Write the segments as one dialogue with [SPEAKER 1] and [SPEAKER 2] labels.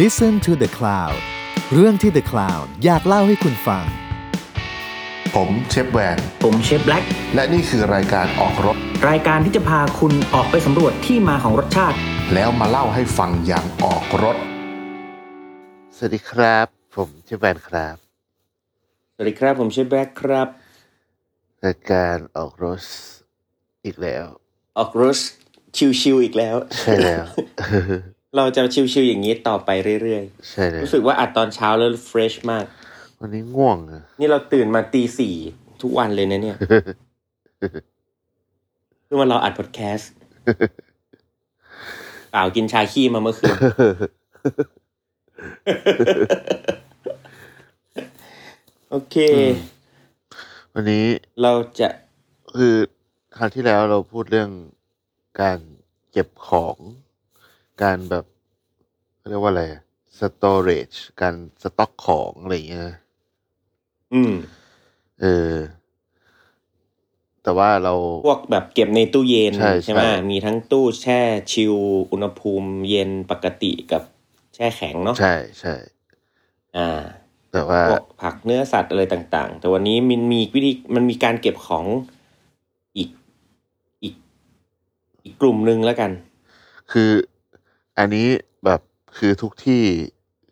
[SPEAKER 1] Listen to the Cloud เรื่องที่ The Cloud อยากเล่าให้คุณฟัง
[SPEAKER 2] ผมเชฟแวน
[SPEAKER 3] ผมเชฟแบล็ก
[SPEAKER 2] และนี่คือรายการออกรถ
[SPEAKER 3] รายการที่จะพาคุณออกไปสำรวจที่มาของรสชาติ
[SPEAKER 2] แล้วมาเล่าให้ฟังอย่างออกรถ
[SPEAKER 4] สวัสดีครับ ผมเชฟแวนครับ
[SPEAKER 3] สวัสดีครับ ผมเชฟแบล็กครับ
[SPEAKER 4] รายการออกรถอีกแล้ว
[SPEAKER 3] ออกรสชิวๆอีกแล้ว
[SPEAKER 4] ใช่ แล้ว
[SPEAKER 3] เราจะชิวๆอย่างนี้ต่อไปเรื่อย
[SPEAKER 4] ใช่แล้
[SPEAKER 3] ๆ
[SPEAKER 4] ว
[SPEAKER 3] รู้สึกว่าอัดตอนเช้าแล้วเฟรชมาก
[SPEAKER 4] วันนี้ง่วงอะ
[SPEAKER 3] นี่เราตื่นมาตีสี่ทุกวันเลยนะเนี่ย คือวันเราอัดพอดแคสต์เปล่ากินชาขี้มาเมื่อ คืน โอเค
[SPEAKER 4] วันนี้
[SPEAKER 3] เราจะ
[SPEAKER 4] คือคราวที่แล้วเราพูดเรื่องการเก็บของ การแบบเขาเรียกว่าอะไรสตอเรจการสต็อกของอะไรอย่างเงี้ยนะ
[SPEAKER 3] อืม
[SPEAKER 4] เออ แต่ว่าเรา
[SPEAKER 3] พวกแบบเก็บในตู้เย็น
[SPEAKER 4] ใช่ใช่
[SPEAKER 3] ไหมมีทั้งตู้แช่ชิลอุณหภูมิเย็นปกติกับแช่แข็งเนาะ
[SPEAKER 4] ใช่ใช่
[SPEAKER 3] อ่า
[SPEAKER 4] แต่ว่า
[SPEAKER 3] พวกผักเนื้อสัตว์อะไรต่างๆ แต่วันนี้มันมีวิธีมันมีการเก็บของอีกอีก อีกกลุ่มหนึ่งแล้วกัน
[SPEAKER 4] คืออันนี้แบบคือทุกที่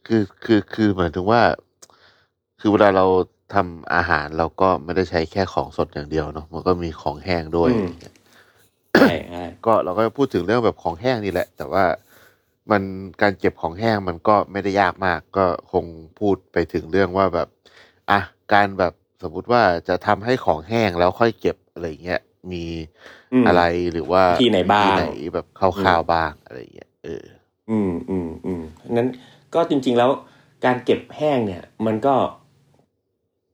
[SPEAKER 4] คือคือคือหมายถึงว่า คือเวลาเราทำอาหารเราก็ไม่ได้ใช้แค่ของสดอย่างเดียวเนาะมันก็มีของแห้งด้วย
[SPEAKER 3] อืม ใช่ใช่
[SPEAKER 4] ก็เราก็พูดถึงเรื่องแบบของแห้งนี่แหละ แต่ว่ามันการเก็บของแห้งมันก็ไม่ได้ยากมาก ก็คงพูดไปถึงเรื่องว่าแบบอ่ะการแบบสมมติว่าจะทำให้ของแห้งแล้วค่อยเก็บอะไรเงี้ยมี
[SPEAKER 3] อืม
[SPEAKER 4] อะไรหรือว่า
[SPEAKER 3] ที่ไหนบ้าง
[SPEAKER 4] ที่ไหนแบบคร่าวๆบ้างอะไรเงี้ยเออ
[SPEAKER 3] อืมอืมอืมนั้นก็จริง ๆแล้วการเก็บแห้งเนี่ย มันก็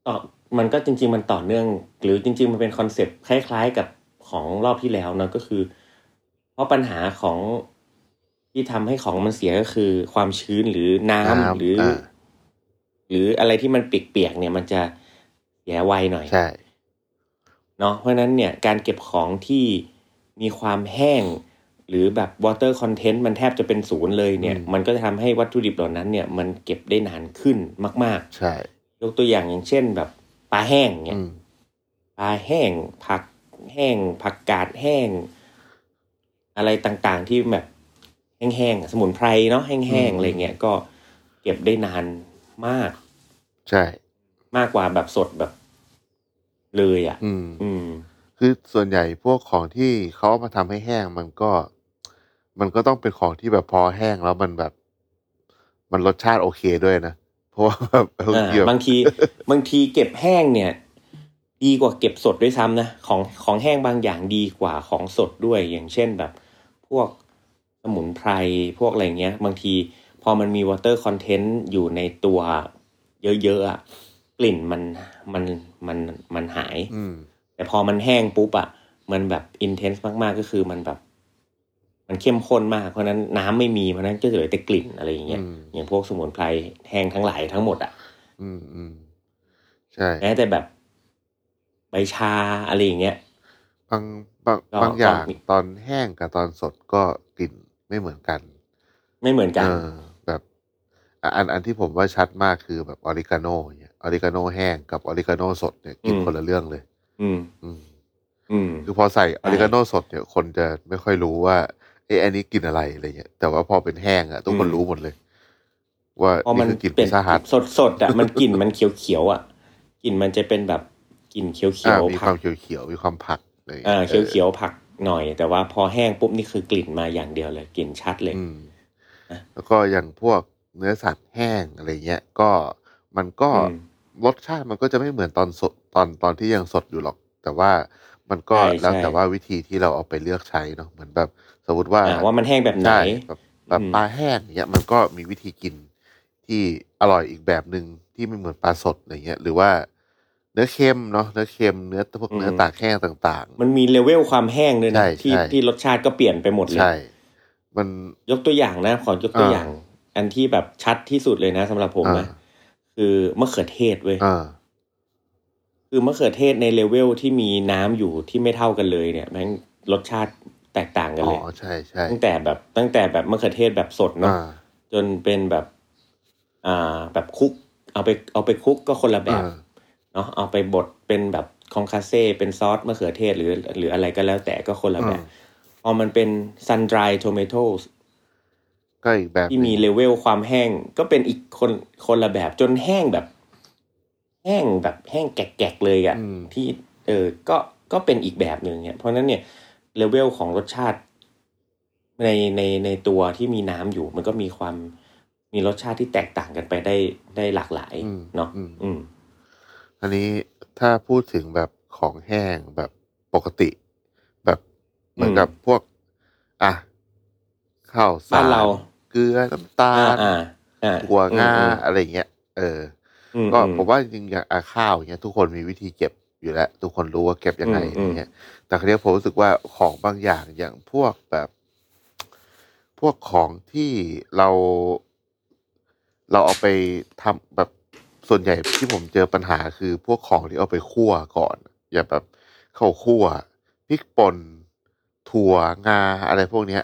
[SPEAKER 3] ต่อมันก็จริง ๆ มันต่อเนื่อง หรือจริง ๆ มันเป็นคอนเซปต์คล้าย ๆ กับของรอบที่แล้วเนอะก็คือ เพราะปัญหาของที่ทำให้ของมันเสียก็คือ ความชื้นหรือน้ำ
[SPEAKER 4] น้ำ
[SPEAKER 3] หรืออา หรืออะไรที่มันเปียกๆเนี่ยมันจะเสียไวหน่อย
[SPEAKER 4] ใช่
[SPEAKER 3] เนาะเพราะฉะนั้นเนี่ยการเก็บของที่มีความแห้ง หรือแบบ water content มันแทบจะเป็นศูนย์เลยเนี่ย
[SPEAKER 4] อืม
[SPEAKER 3] มันก็จะทำให้วัตถุดิบเหล่านั้นเนี่ยมันเก็บได้นานขึ้นมาก
[SPEAKER 4] ใช่
[SPEAKER 3] ๆ ยกตัวอย่างอย่างเช่นแบบปลาแห้งเนี่ย
[SPEAKER 4] อืม
[SPEAKER 3] ปลาแห้ง ผักแห้ง ผักกาดแห้ง อะไรต่างๆที่แบบแห้งๆอะสมุนไพรเนาะแห้งๆอะไรเงี้ยก็เก็บได้นานมาก
[SPEAKER 4] ใช่
[SPEAKER 3] มากกว่าแบบสดแบบเลยอ่ะ
[SPEAKER 4] อืม
[SPEAKER 3] อืม
[SPEAKER 4] คือส่วนใหญ่พวกของที่เขาเอามาทำให้แห้งมันก็ มันก็ต้องเป็นของที่แบบพอแห้งแล้วมันแบบ มันรสชาติโอเคด้วยนะ เพราะว่าแบบเออ
[SPEAKER 3] อ่า
[SPEAKER 4] เกี่ยว
[SPEAKER 3] บาง ทีบางทีเก็บแห้งเนี่ย ดีกว่าเก็บสดด้วยซ้ำนะของของแห้งบางอย่างดีกว่าของสดด้วยอย่างเช่นแบบ พวกสมุนไพรพวกอะไรเงี้ย บางทีพอมันมีวอเตอร์คอนเทนต์อยู่ในตัวเยอะๆอะกลิ่นมันมันมันมันหาย
[SPEAKER 4] อืม
[SPEAKER 3] แต่พอมันแห้งปุ๊บอะมันแบบอินเทนส์มากๆก็คือมันแบบ มันเข้มข้นมากเพราะฉะนั้นน้ำไม่มีเพราะฉะนั้นก็เหลือแต่กลิ่นอะไรอย่างเงี้ย
[SPEAKER 4] อืม
[SPEAKER 3] อย่างพวกสมุนไพรแห้งทั้งหลายทั้งหมดอะ
[SPEAKER 4] อืมอืมใช่
[SPEAKER 3] แม้แต่แบบใบชาอะไรอย่างเงี้ย
[SPEAKER 4] บางบาง
[SPEAKER 3] ก็
[SPEAKER 4] บางอย่าง
[SPEAKER 3] ก็มี
[SPEAKER 4] ตอนแห้งกับตอนสดก็กลิ่นไม่เหมือนกัน
[SPEAKER 3] ไม่เหมือนกัน
[SPEAKER 4] เออแบบอ่ะอันอันที่ผมว่าชัดมากคือแบบออริกาโน่เนี่ยออริกาโน่แห้งกับออริกาโน่สดเนี่ยกลิ่น
[SPEAKER 3] อืม
[SPEAKER 4] คนละเรื่องเลย
[SPEAKER 3] อืม
[SPEAKER 4] อืม
[SPEAKER 3] อืม
[SPEAKER 4] คือพอใส่ออริกาโนสดเนี่ยคนจะไม่ค่อยรู้ว่าเอะอันนี้กลินอะไรอะไรเงี้ยแต่ว่าพอเป็นแห้งอะทุกคน
[SPEAKER 3] อืม
[SPEAKER 4] รู้หมดเลย ว่า
[SPEAKER 3] พอมัน
[SPEAKER 4] นี่คือกลิ่นพิซซ่าฮัท
[SPEAKER 3] สดสดๆอ่ะ มันกลิ่นมันเขียวเขียวๆอ่ะกลิ่นมันจะเป็นแบบกลิ่นเขียวเขี
[SPEAKER 4] อ่า
[SPEAKER 3] ยว
[SPEAKER 4] มีค
[SPEAKER 3] ผั
[SPEAKER 4] วาม
[SPEAKER 3] ก
[SPEAKER 4] เขียวๆมีความผักอะไร
[SPEAKER 3] อ่าเขียว
[SPEAKER 4] ออ
[SPEAKER 3] เขียวผักหน่อย แต่ว่าพอแห้งปุ๊บนี่คือกลิ่นมาอย่างเดียวเลยกลิ่นชัดเลย
[SPEAKER 4] อืม
[SPEAKER 3] นะ
[SPEAKER 4] แล้วก็อย่างพวกเนื้อสัตว์แห้งอะไรเงี้ยก็มันก็
[SPEAKER 3] อืม
[SPEAKER 4] รสชาติมันก็จะไม่เหมือนตอนสดตอนตอนที่ยังสดอยู่หรอก แต่ว่ามันก็
[SPEAKER 3] ใช่
[SPEAKER 4] แล้ว
[SPEAKER 3] ใช่
[SPEAKER 4] แต่ว่าวิธีที่เราเอาไปเลือกใช้เนาะเหมือนแบบ สมมติว่า
[SPEAKER 3] อ่าว่ามันแห้งแบบไหน
[SPEAKER 4] ใช่แบบแบบ
[SPEAKER 3] อืม
[SPEAKER 4] ปลาแห้งอย่างเงี้ยมันก็มีวิธีกินที่อร่อยอีกแบบหนึ่งที่ไม่เหมือนปลาสดอะไรเงี้ยหรือว่าเนื้อเค็มเนาะเนื้อเค็มเนื้อพวกเนื้อตากแห้งต่าง
[SPEAKER 3] มันมีเลเวลความแห้งด้วยนะ
[SPEAKER 4] ใช่
[SPEAKER 3] ที่
[SPEAKER 4] ใช่
[SPEAKER 3] ที่รสชาติก็เปลี่ยนไปหมด
[SPEAKER 4] ๆ
[SPEAKER 3] เลย
[SPEAKER 4] ใช่ มัน
[SPEAKER 3] ยกตัวอย่างนะขอยกตัว
[SPEAKER 4] อ่า
[SPEAKER 3] อย่าง อันที่แบบชัดที่สุดเลยนะสำหรับผมนะ
[SPEAKER 4] อ่า
[SPEAKER 3] คือมะเขือเทศเว้ย
[SPEAKER 4] เอ่า
[SPEAKER 3] คือมะเขือเทศในเลเวลที่มีน้ำอยู่ที่ไม่เท่ากันเลยเนี่ยแม่งรสชาติแตกต่างกัน
[SPEAKER 4] อ๋
[SPEAKER 3] เล
[SPEAKER 4] อย ใช่ใช่
[SPEAKER 3] ตั้งแต่แบบตั้งแต่แบบมะเขือเทศแบบสดเนาะ
[SPEAKER 4] อ่า
[SPEAKER 3] จนเป็นแบบอ่าแบบคุก เอาไปเอาไปคุกก็คนละแบบ
[SPEAKER 4] อ่า
[SPEAKER 3] เนาะเอาไปบดเป็นแบบคองคาเซ่เป็นซอสมะเขือเทศหรือ หรืออะไรก็แล้วแต่ก็คนละแบบพอมันเป็นซันดรายโทเมโตส
[SPEAKER 4] ก็อีกแบบ
[SPEAKER 3] ที่มีเลเวลความแห้งก็เป็นอีกคนคนละแบบจนแห้งแบบ แห้งแบบแห้งแกะๆเลยอะ่ะที่เออก็ก็เป็นอีกแบบหนึ่งเนี่ยเพราะฉะนั้นเนี่ยเลเวลของรสชาติ ในในในตัวที่มีน้ำอยู่ มันก็มีความมีรสชาติที่แตกต่างกันไปได้ได้หลากหลาย
[SPEAKER 4] อืม
[SPEAKER 3] เนาะ
[SPEAKER 4] อืม
[SPEAKER 3] อืม
[SPEAKER 4] อันนี้ถ้าพูดถึงแบบของแห้งแบบปกติ แบบเหมือนกับพวก อ่ะข้าวสา
[SPEAKER 3] บ้านเรา
[SPEAKER 4] รเกลือน้ำตา
[SPEAKER 3] อ่า
[SPEAKER 4] ล
[SPEAKER 3] อ่าอ่า
[SPEAKER 4] ถั่วงา
[SPEAKER 3] อืม
[SPEAKER 4] อะไรอย่างเงี้ยเออ
[SPEAKER 3] อื
[SPEAKER 4] อ
[SPEAKER 3] ม
[SPEAKER 4] ก็
[SPEAKER 3] อืม
[SPEAKER 4] ผมว่าจริงๆอย่างอาข้าวอย่างเงี้ยทุกคนมีวิธีเก็บอยู่แล้ว ทุกคนรู้ว่าเก็บยังไงอ
[SPEAKER 3] อืมอืม
[SPEAKER 4] ย่างเงี้ยแต่คราวนี้ผมรู้สึกว่าของบางอย่างอย่างพวกแบบ พวกของที่เรา เราเอาไปทำแบบส่วนใหญ่ที่ผมเจอปัญหาคือพวกของที่เอาไปคั่วก่อน อย่าแบบข้าวคั่วพริกป่นถั่วงาอะไรพวกเนี้ย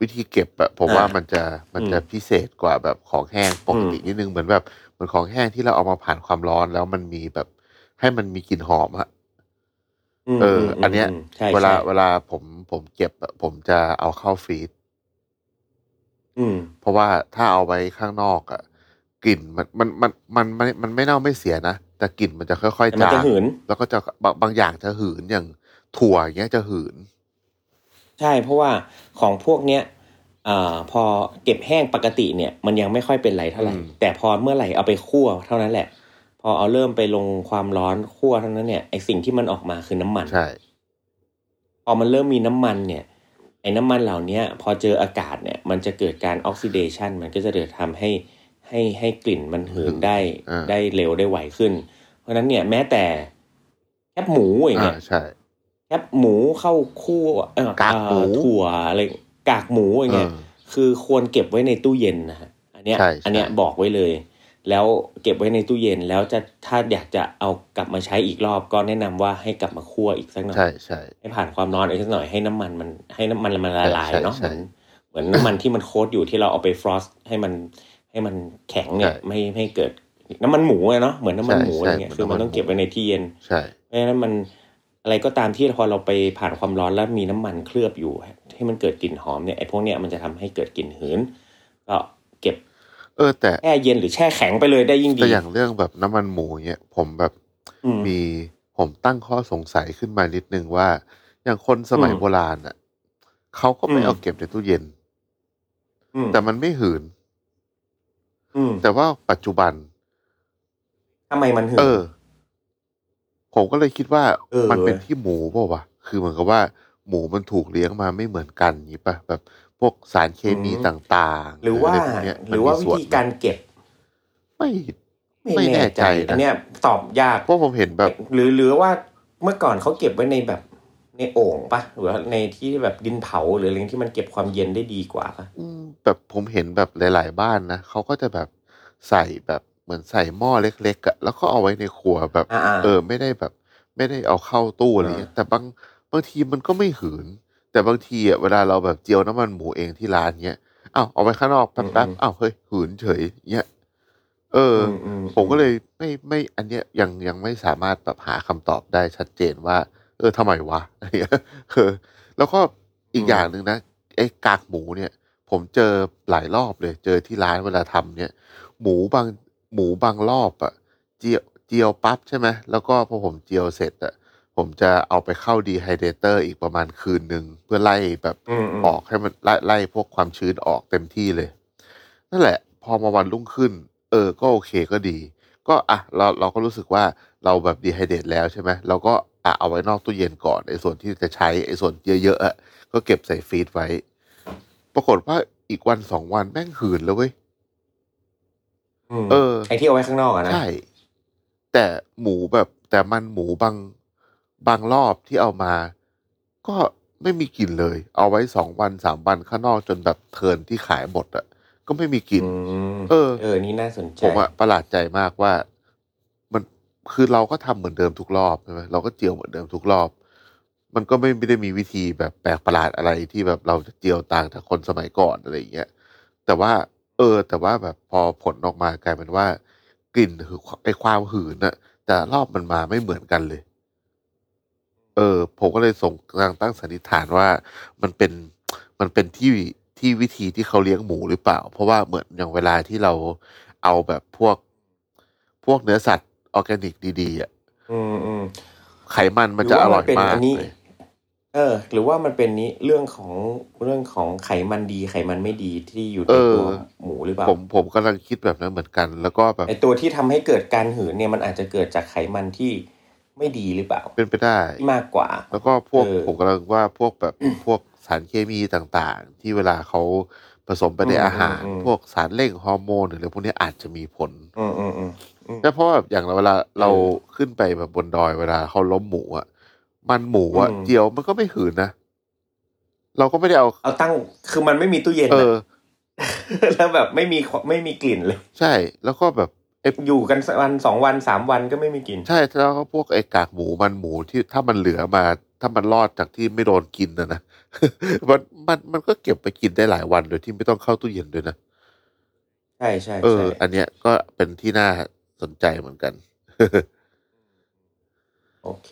[SPEAKER 4] วิธีเก็บอะผมว่า
[SPEAKER 3] อ่ามั
[SPEAKER 4] มันจะมันจะ
[SPEAKER 3] อืม
[SPEAKER 4] พิเศษกว่าแบบของแห้งปกตินิดนึงเหมือนแบบเหมือนของแห้งที่เราเอามาผ่านความร้อนแล้วมันมีแบบ ให้มันมีกลิ่นหอมอะ
[SPEAKER 3] ม
[SPEAKER 4] เออ
[SPEAKER 3] ม
[SPEAKER 4] อันเนี้ย
[SPEAKER 3] มใช่
[SPEAKER 4] เวลา
[SPEAKER 3] ใช่
[SPEAKER 4] เวลาผมผมเก็บอะผมจะเอาเข้าฟรีซ
[SPEAKER 3] อืม
[SPEAKER 4] เพราะว่าถ้าเอาไว้ข้างนอกอะกลิ่นมันมันมันมันมันมันไม่เน่าไม่เสียนะ แต่กลิ่นมันจะค่อย
[SPEAKER 3] แต่
[SPEAKER 4] ๆ
[SPEAKER 3] มัน
[SPEAKER 4] จา
[SPEAKER 3] จะ
[SPEAKER 4] ง
[SPEAKER 3] หืน
[SPEAKER 4] แล้วก็จะบางบางอย่างจะหืนอย่างถั่วอย่างเงี้ยจะหืน
[SPEAKER 3] ใช่เพราะว่าของพวกเนี้ยอ่าพอเก็บแห้งปกติเนี่ยมันยังไม่ค่อยเป็นไรเท่าไหร่
[SPEAKER 4] อืม
[SPEAKER 3] แต่พอเมื่อไหร่เอาไปคั่วเท่านั้นแหละ พอเอาเริ่มไปลงความร้อนคั่วเท่านั้นเนี่ยไอสิ่งที่มันออกมาคือน้ำมัน
[SPEAKER 4] ใช่
[SPEAKER 3] พอมันเริ่มมีน้ำมันเนี่ยไอ้น้ำมันเหล่าเนี้ยพอเจออากาศเนี่ยมันจะเกิดการออกซิเดชันมันก็จะเกิดทำให้ให้ให้กลิ่นมันหืนได้ได้เร็วได้ไวขึ้น เพราะฉะนั้นเนี่ยแม้แต่แคบหมูอย่าง
[SPEAKER 4] อ่า
[SPEAKER 3] เงี้ย
[SPEAKER 4] ใช่
[SPEAKER 3] แคบหมูเข้าคั่วเอ่อก
[SPEAKER 4] ากหมู
[SPEAKER 3] เอ่อถั่วอะไรกากหมูอย่าง
[SPEAKER 4] เอ
[SPEAKER 3] เงี้
[SPEAKER 4] อ
[SPEAKER 3] ยคือควรเก็บไว้ในตู้เย็นนะฮะอันเนี้ย
[SPEAKER 4] ใช่ใช่
[SPEAKER 3] อันเนี้ยบอกไว้เลย แล้วเก็บไว้ในตู้เย็นแล้วจะถ้าอยากจะเอากลับมาใช้อีกรอบก็แนะนำว่าให้กลับมาคั่วอีกสักหน่อย
[SPEAKER 4] ใช่ใช่
[SPEAKER 3] ให้ผ่านความร้อนอีกสักหน่อยให้น้ำมันมันให้น้ำมันมันละลาย
[SPEAKER 4] ใช่
[SPEAKER 3] เนาะเห
[SPEAKER 4] ใช่
[SPEAKER 3] มือนเหมือนน้ำมันที่มันโคตอยู่ที่เราเอาไปฟรอสให้มันให้มันแข็งเนี่ย
[SPEAKER 4] ใช่
[SPEAKER 3] ไม่ให้เกิดน้ำมันหมูอะเนาะเหมือนน้ำมัน
[SPEAKER 4] ใช่
[SPEAKER 3] หมู
[SPEAKER 4] ใช่
[SPEAKER 3] อะไรเงี้ย
[SPEAKER 4] เหมื
[SPEAKER 3] คือ อน มัน
[SPEAKER 4] น้ำมัน
[SPEAKER 3] ต้องเก็บ
[SPEAKER 4] หมู
[SPEAKER 3] ไว้ในที่เย็น
[SPEAKER 4] ใช่
[SPEAKER 3] เพราะฉะนั้นมันอะไรก็ตามที่พอเราไปผ่านความร้อนแล้วมีน้ำมันเคลือบอยู่ให้มันเกิดกลิ่นหอมเนี่ยไอ้พวกเนี้ยมันจะทำให้เกิดกลิ่นหืนก็เก็บ
[SPEAKER 4] เออ แต่
[SPEAKER 3] แช่เย็นหรือแช่แข็งไปเลยได้ยิ่งดี
[SPEAKER 4] แต่อย่างเรื่องแบบน้ำมันหมูเงี้ยผมแบบ
[SPEAKER 3] อืม
[SPEAKER 4] มีผมตั้งข้อสงสัยขึ้นมานิดนึงว่า อย่างคนสมัย
[SPEAKER 3] อืม
[SPEAKER 4] โบราณอ่ะเขาก็ไม่
[SPEAKER 3] อืม
[SPEAKER 4] เอาเก็บในตู้เย็น
[SPEAKER 3] อืม
[SPEAKER 4] แต่มันไม่หืน
[SPEAKER 3] อืม
[SPEAKER 4] แต่ว่าปัจจุบัน
[SPEAKER 3] ทำไมมันหืน
[SPEAKER 4] เออ ผมก็เลยคิดว่า
[SPEAKER 3] เออ
[SPEAKER 4] มันเป็น
[SPEAKER 3] เว้ย
[SPEAKER 4] ที่หมูเปล่าวะคือเหมือนกับว่า หมูมันถูกเลี้ยงมาไม่เหมือนกันอย่างนี้ป่ะแบบพวกสารเคมีต่างๆ
[SPEAKER 3] หรือ
[SPEAKER 4] ะ
[SPEAKER 3] ว่า
[SPEAKER 4] ไพกเนี้ยมัน
[SPEAKER 3] หรือว่า
[SPEAKER 4] มี
[SPEAKER 3] วิ
[SPEAKER 4] ส่น
[SPEAKER 3] ธีการเก็บ
[SPEAKER 4] ไม่ ไม่
[SPEAKER 3] ไม่
[SPEAKER 4] แน่
[SPEAKER 3] แน่
[SPEAKER 4] ใจ
[SPEAKER 3] ใจ
[SPEAKER 4] นะ
[SPEAKER 3] อันเนี้ยตอบยาก
[SPEAKER 4] เพราะผมเห็นแบบ
[SPEAKER 3] หรือหรือว่าเมื่อก่อนเขาเก็บไว้ในแบบในโอ่งปะหรือว่าในที่แบบดินเผาหรืออะไรที่มันเก็บความเย็นได้ดีกว่าปะ
[SPEAKER 4] อืมแบบผมเห็นแบบหลาย ๆ บ้านนะเขาก็จะแบบใส่แบบเหมือนใส่หม้อเล็กๆอะแล้วก็เอาไว้ในครัวแบบ
[SPEAKER 3] อ่าๆ
[SPEAKER 4] เออ ไม่ได้แบบ ไม่ได้เอาเข้าตู้อะไรเงี้ย แต่บางบางทีมันก็ไม่หืน แต่บางทีอะเวลาเราแบบเจียวน้ำมันหมูเองที่ร้านเงี้ยอ้าวเอาไว้ข้างนอกแป๊บ
[SPEAKER 3] อื
[SPEAKER 4] ๆ
[SPEAKER 3] ม
[SPEAKER 4] อ้าวเฮ้ยหืนเฉยเงี้ยเอออ
[SPEAKER 3] มอืม
[SPEAKER 4] ผมก็เลยไม่ไม่อันเนี้ยยังยังไม่สามารถแบบหาคำตอบได้ชัดเจนว่า เออทำไมวะอะไรเงี้ย เออแล้วก็อีกอย่างหนึ่งนะไอ้กากหมูเนี่ย ผมเจอหลายรอบเลย เจอที่ร้านเวลาทำเนี่ย หมูบางหมูบางรอบอะเจียวเจียวปั๊บใช่ไหมแล้วก็พอผมเจียวเสร็จอะผมจะเอาไปเข้าดีไฮเดรเตอร์อีกประมาณคืนหนึ่งเพื่อไล่แบบ
[SPEAKER 3] อืมอืม
[SPEAKER 4] ออกให้มันไล่ไล่พวกความชื้นออกเต็มที่เลย นั่นแหละ พอมาวันรุ่งขึ้น เออ ก็โอเคก็ดี ก็อ่ะเราเราก็รู้สึกว่าเราแบบดีไฮเดรตแล้วใช่ไหมเราก็อ่ะเอาไว้นอกตู้เย็นก่อนไอ้ส่วนที่จะใช้ไอ้ส่วนเยอะๆอะก็เก็บใส่ฟรีซไว้ ปรากฏว่าอีกวันสองวันแม่งหืนแล้วเว้ย
[SPEAKER 3] ม
[SPEAKER 4] เออ
[SPEAKER 3] ไอที่เอาไว้ข้างนอกอะนะ
[SPEAKER 4] ใช่ แต่หมูแบบ แต่มันหมูบางบางรอบที่เอามา ก็ไม่มีกลิ่นเลย เอาไว้สองวันสามวันข้างนอกจนแบบเทิร์นที่ขายหมดอะก็ไม่มีกลิ่น
[SPEAKER 3] อืม
[SPEAKER 4] เออ
[SPEAKER 3] เออ นี่น่าสนใจ
[SPEAKER 4] ผมอะประหลาดใจมากว่ามันคือเราก็ทำเหมือนเดิมทุกรอบใช่ไหมเราก็เจียวเหมือนเดิมทุกรอบ มันก็ไม่ได้มีวิธีแบบแปลกประหลาดอะไรที่แบบเราจะเจียวต่างจากคนสมัยก่อนอะไรอย่างเงี้ยแต่ว่า เ เออ แต่ว่าแบบพอผลออกมากลายเป็นว่ากลิ่นหือไอความหืนน่ะ แต่รอบมันมาไม่เหมือนกันเลย เออ ผมก็เลยส่งกำลางตั้งสันนิษฐานว่ามันเป็นมันเป็นที่ที่วิธีที่เขาเลี้ยงหมูหรือเปล่า เพราะว่าเหมือนอย่างเวลาที่เราเอาแบบพวกพวกเนื้อสัตว์ออร์แกนิกดีๆอ่ะ
[SPEAKER 3] อืมอืม
[SPEAKER 4] ไขมันมันจะอร่อยมาก
[SPEAKER 3] หว่นเป็นนนี้
[SPEAKER 4] เลย
[SPEAKER 3] เออ หรือว่ามันเป็นนี้เรื่องของเรื่องของไขมันดีไขมันไม่ดีที่อยู่ใน
[SPEAKER 4] เออ
[SPEAKER 3] ตัวหมูหรือเปล่า
[SPEAKER 4] ผมผมกำลังคิดแบบนั้นเหมือนกัน แล้วก็แบบ
[SPEAKER 3] ไอตัวที่ทำให้เกิดการหืนเนี่ยมันอาจจะเกิดจากไขมันที่ไม่ดีหรือเปล่า
[SPEAKER 4] เป็นไปได้
[SPEAKER 3] ที่มากกว่า
[SPEAKER 4] แล้วก็พวก
[SPEAKER 3] เออ
[SPEAKER 4] ผมกำลังว่าพวกแบบพวกสารเคมีต่างๆ ที่เวลาเขาผสมไปใน
[SPEAKER 3] อืม
[SPEAKER 4] อาหาร
[SPEAKER 3] อืม
[SPEAKER 4] พวกสารเร่งฮอร์โมนหรืออะไรพวกนี้อาจจะมีผล
[SPEAKER 3] อืมอืมอืม
[SPEAKER 4] แต่เพราะว่าอย่างเวลาเรา
[SPEAKER 3] เออ
[SPEAKER 4] ขึ้นไปแบบบนดอยเวลาเขาล้มหมูอ่ะมันหมูอ่ะ
[SPEAKER 3] อืม
[SPEAKER 4] เจียวมันก็ไม่หืนนะ เราก็ไม่ได้เอา
[SPEAKER 3] เอาตั้งคือมันไม่มีตู้เย็น
[SPEAKER 4] เอ
[SPEAKER 3] อะ
[SPEAKER 4] อ
[SPEAKER 3] แล้วแบบไม่มีความไม่มีกลิ่นเลย
[SPEAKER 4] ใช่ แล้วก็แบบไอ้
[SPEAKER 3] อยู่กันสักวันสองวันสามวันก็ไม่มีกลิ่น
[SPEAKER 4] ใช่แล้วก็พวกไอ้กากหมูมันหมูที่ถ้ามันเหลือมา ถ้ามันรอดจากที่ไม่โดนกินนะนะ มันมันมันก็เก็บไปกินได้หลายวันโดยที่ไม่ต้องเข้าตู้เย็นด้วยนะ
[SPEAKER 3] ใช่ใช่
[SPEAKER 4] เออ
[SPEAKER 3] ใช่
[SPEAKER 4] อันเนี้ยก็เป็นที่น่าสนใจเหมือนกัน
[SPEAKER 3] โอเค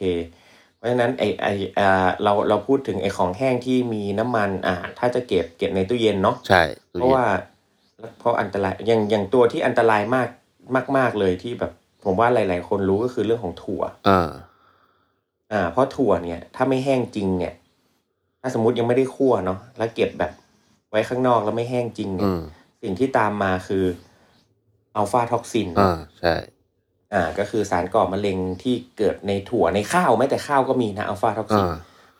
[SPEAKER 3] เพราะฉะนั้นไอไออ่าเราเราพูดถึงไอของแห้งที่มีน้ำมันอ่าถ้าจะเก็บเก็บในตู้เย็นเนาะ
[SPEAKER 4] ใช่ตู้
[SPEAKER 3] เพ
[SPEAKER 4] เย็
[SPEAKER 3] ราะ
[SPEAKER 4] น
[SPEAKER 3] ว่าเพราะอันตรายอย่างอย่างตัวที่อันตรายมากมากมากเลยที่แบบผมว่าหลาย ๆ คนรู้ก็คือเรื่องของถั่ว
[SPEAKER 4] อ่า
[SPEAKER 3] อ่า เพราะถั่วเนี่ย ถ้าไม่แห้งจริงเนี่ย ถ้าสมมติยังไม่ได้คั่วเนาะแล้วเก็บแบบไว้ข้างนอกแล้วไม่แห้งจริงเนี่
[SPEAKER 4] อื
[SPEAKER 3] ย
[SPEAKER 4] ม
[SPEAKER 3] สิ่งที่ตามมาคืออัลฟาท็อกซิน
[SPEAKER 4] อ่าใช่
[SPEAKER 3] อ่า ก็คือสารก่อมะเร็งที่เกิดในถั่วในข้าวแม้แต่ข้าวก็มีนะอัลฟาท็อกซิ
[SPEAKER 4] อ่าน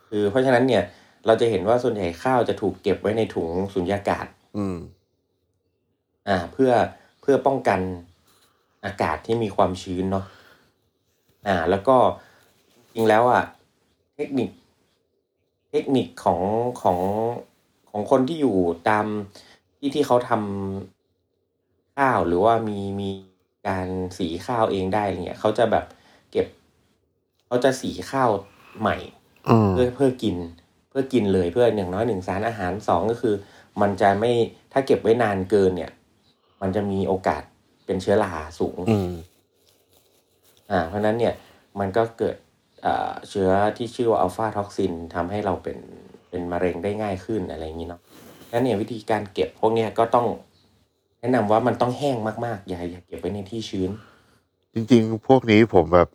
[SPEAKER 3] คือเพราะฉะนั้นเนี่ย เราจะเห็นว่าส่วนใหญ่ข้าวจะถูกเก็บไว้ในถุงสุญญากาศ
[SPEAKER 4] อืม
[SPEAKER 3] อ่าเพื่อเพื่อป้องกันอากาศที่มีความชื้นเนาะอ่า แล้วก็จริงแล้วอ่ะเทคนิค เทคนิคของของของคนที่อยู่ตามที่ที่เขาทำข้าวหรือว่ามีมีการสีข้าวเองได้อะไรเนี่ยเขาจะแบบเก็บเขาจะสีข้าวใหม่
[SPEAKER 4] อืม
[SPEAKER 3] เพื่อเพื่อกินเพื่อกินเลยเพื่ออย่างน้อยหนึ่งสารอาหารสองก็คือ มันจะไม่ถ้าเก็บไว้นานเกินเนี่ย มันจะมีโอกาสเป็นเชื้อราสูง
[SPEAKER 4] อืม
[SPEAKER 3] อ่าเพราะฉะนั้นเนี่ยมันก็เกิดเอ่อเชื้อที่ชื่อว่าอัลฟาท็อกซินทำให้เราเป็นเป็นมะเร็งได้ง่ายขึ้นอะไรอย่างนี้เนาะดังนั้นเนี่ยวิธีการเก็บพวกเนี้ยก็ต้อง แนะนำว่ามันต้องแห้งมากๆอย่าอย่าเก็บไว้ในที่ชื้น
[SPEAKER 4] จริง ๆ พวกนี้ผมแบบ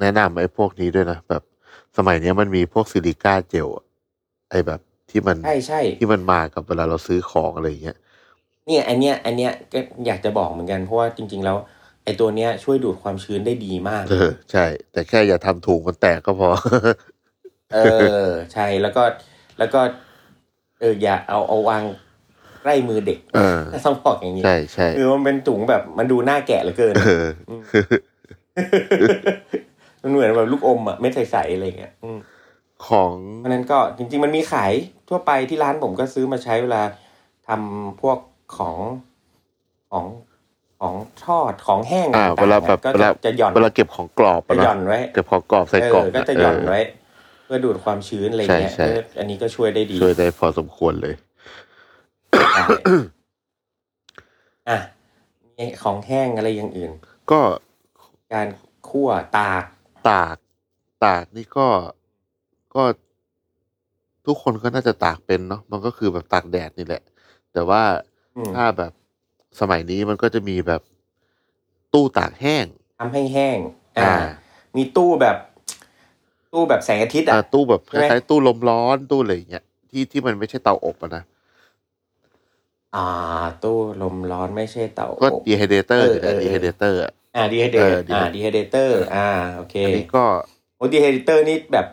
[SPEAKER 4] แนะนำไอ้พวกนี้ด้วยนะ แบบสมัยเนี้ยมันมีพวกซิลิก้าเจลอะไอ้แบบที่มัน
[SPEAKER 3] ใช่ใช่
[SPEAKER 4] ที่มันมากับเวลาเราซื้อของอะไรอย่างเงี้ย
[SPEAKER 3] เนี่ยอันเนี้ยอันเนี้ยก็อยากจะบอกเหมือนกันเพราะว่าจริง ๆ แล้วไอ้ตัวเนี้ยช่วยดูดความชื้นได้ดีมาก
[SPEAKER 4] เออใช่ แต่แค่อย่าทำถุงมันแตกก็พอ
[SPEAKER 3] เออ ใช่แล้วก็แล้วก็เอออย่าเอาเอาวางใกล้มือเด็ก
[SPEAKER 4] เออ
[SPEAKER 3] ต้องบอกอย่างนี้
[SPEAKER 4] ใช่ใช่
[SPEAKER 3] คือมันเป็นถุงแบบมันดูหน้าแก่เห ลือเกิน
[SPEAKER 4] เออ
[SPEAKER 3] มันเหมือนแบบลูกอมอ่ะไม่ใสๆอะไรอย่างเงี้ยอืม
[SPEAKER 4] ของ
[SPEAKER 3] เพราะฉะนั้นก็จริง ๆ มันมีขายทั่วไปที่ร้านผมก็ซื้อมาใช้เวลาทำพวกของของของทอดของแห้ง
[SPEAKER 4] อ่า
[SPEAKER 3] ต่งๆ
[SPEAKER 4] เวลาแบบ
[SPEAKER 3] ก็
[SPEAKER 4] เว
[SPEAKER 3] จะ
[SPEAKER 4] ลา
[SPEAKER 3] จะหย่อน
[SPEAKER 4] เวลาเก็บของกรอบ
[SPEAKER 3] จะ
[SPEAKER 4] อะ
[SPEAKER 3] ห
[SPEAKER 4] นะ
[SPEAKER 3] ย่อนไว้
[SPEAKER 4] เก็บของกรอบใส่กล่อง
[SPEAKER 3] เออก็จะหย่อน
[SPEAKER 4] เ
[SPEAKER 3] ไว้ เพื่อดูดความชื้นอะไรอย่างเงี้ย
[SPEAKER 4] ใช่ใช่
[SPEAKER 3] เอออันนี้ก็ช่วยได้ดี
[SPEAKER 4] ช่วยได้พอสมควรเลย
[SPEAKER 3] ได้อ่ะมีของแห้งอะไรอย่างอื่น
[SPEAKER 4] ก็
[SPEAKER 3] การคั่วตาก
[SPEAKER 4] ตากตากนี่ก็ก็ทุกคนก็น่าจะตากเป็นเนาะมันก็คือแบบตากแดดนี่แหละ แต่ว่า
[SPEAKER 3] อืม
[SPEAKER 4] ถ้าแบบสมัยนี้มันก็จะมีแบบตู้ตากแห้ง
[SPEAKER 3] ทำให้แห้ง อ่า
[SPEAKER 4] อ่า
[SPEAKER 3] มีตู้แบบ ตู้แบบแสงอาทิตย์
[SPEAKER 4] อ่า
[SPEAKER 3] อ่ะ
[SPEAKER 4] ตู้แบบค
[SPEAKER 3] ใช่ไหม
[SPEAKER 4] ล้ายๆตู้ลมร้อนตู้อะไรอย่างเงี้ยที่ที่มันไม่ใช่เตาอบอะนะ
[SPEAKER 3] อ่า ตู้ลมร้อนไม่ใช่เตา
[SPEAKER 4] ก็
[SPEAKER 3] อบ
[SPEAKER 4] ดีไฮเดเตอร์
[SPEAKER 3] เออเออ
[SPEAKER 4] ดีไฮเดเตอร์อะ
[SPEAKER 3] อ่าดีไฮเด
[SPEAKER 4] เอ
[SPEAKER 3] ต
[SPEAKER 4] อ dehydrator
[SPEAKER 3] อ่าดีไฮเดเตอร์ อ่า โอเค
[SPEAKER 4] อันนี้ก็
[SPEAKER 3] โอ้ดีไฮเดเตอร์นี่แบบ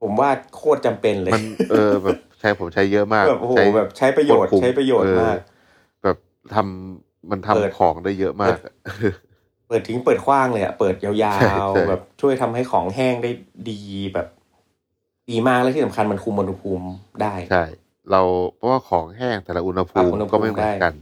[SPEAKER 3] ผมว่าโคตรจำเป็นเลย
[SPEAKER 4] มันเออแบบใช้ผมใช้เยอะมาก
[SPEAKER 3] แบบโอ้โห
[SPEAKER 4] ช้
[SPEAKER 3] แบบใช้ประโยช
[SPEAKER 4] ก
[SPEAKER 3] น์
[SPEAKER 4] ดปุ่ม
[SPEAKER 3] ใช้ประโยชน์
[SPEAKER 4] เออ
[SPEAKER 3] มาก
[SPEAKER 4] แบบทำมันทำ
[SPEAKER 3] เปิด
[SPEAKER 4] ของได้เยอะมากอะ
[SPEAKER 3] เปิดทิ้งเปิดขว้างเลยอะเปิดยา
[SPEAKER 4] ใช่
[SPEAKER 3] ว
[SPEAKER 4] ใช่
[SPEAKER 3] ๆแบบช่วยทำให้ของแห้งได้ดีแบบ ดีมากและที่สำคัญมันคุมอุณหภูมิได้
[SPEAKER 4] ใช่ เราเพราะว่าของแห้งแต่ละอุณหภู
[SPEAKER 3] ปรับ
[SPEAKER 4] มิ
[SPEAKER 3] อุณหภูมิ
[SPEAKER 4] ก็ไม่เหมือนกัน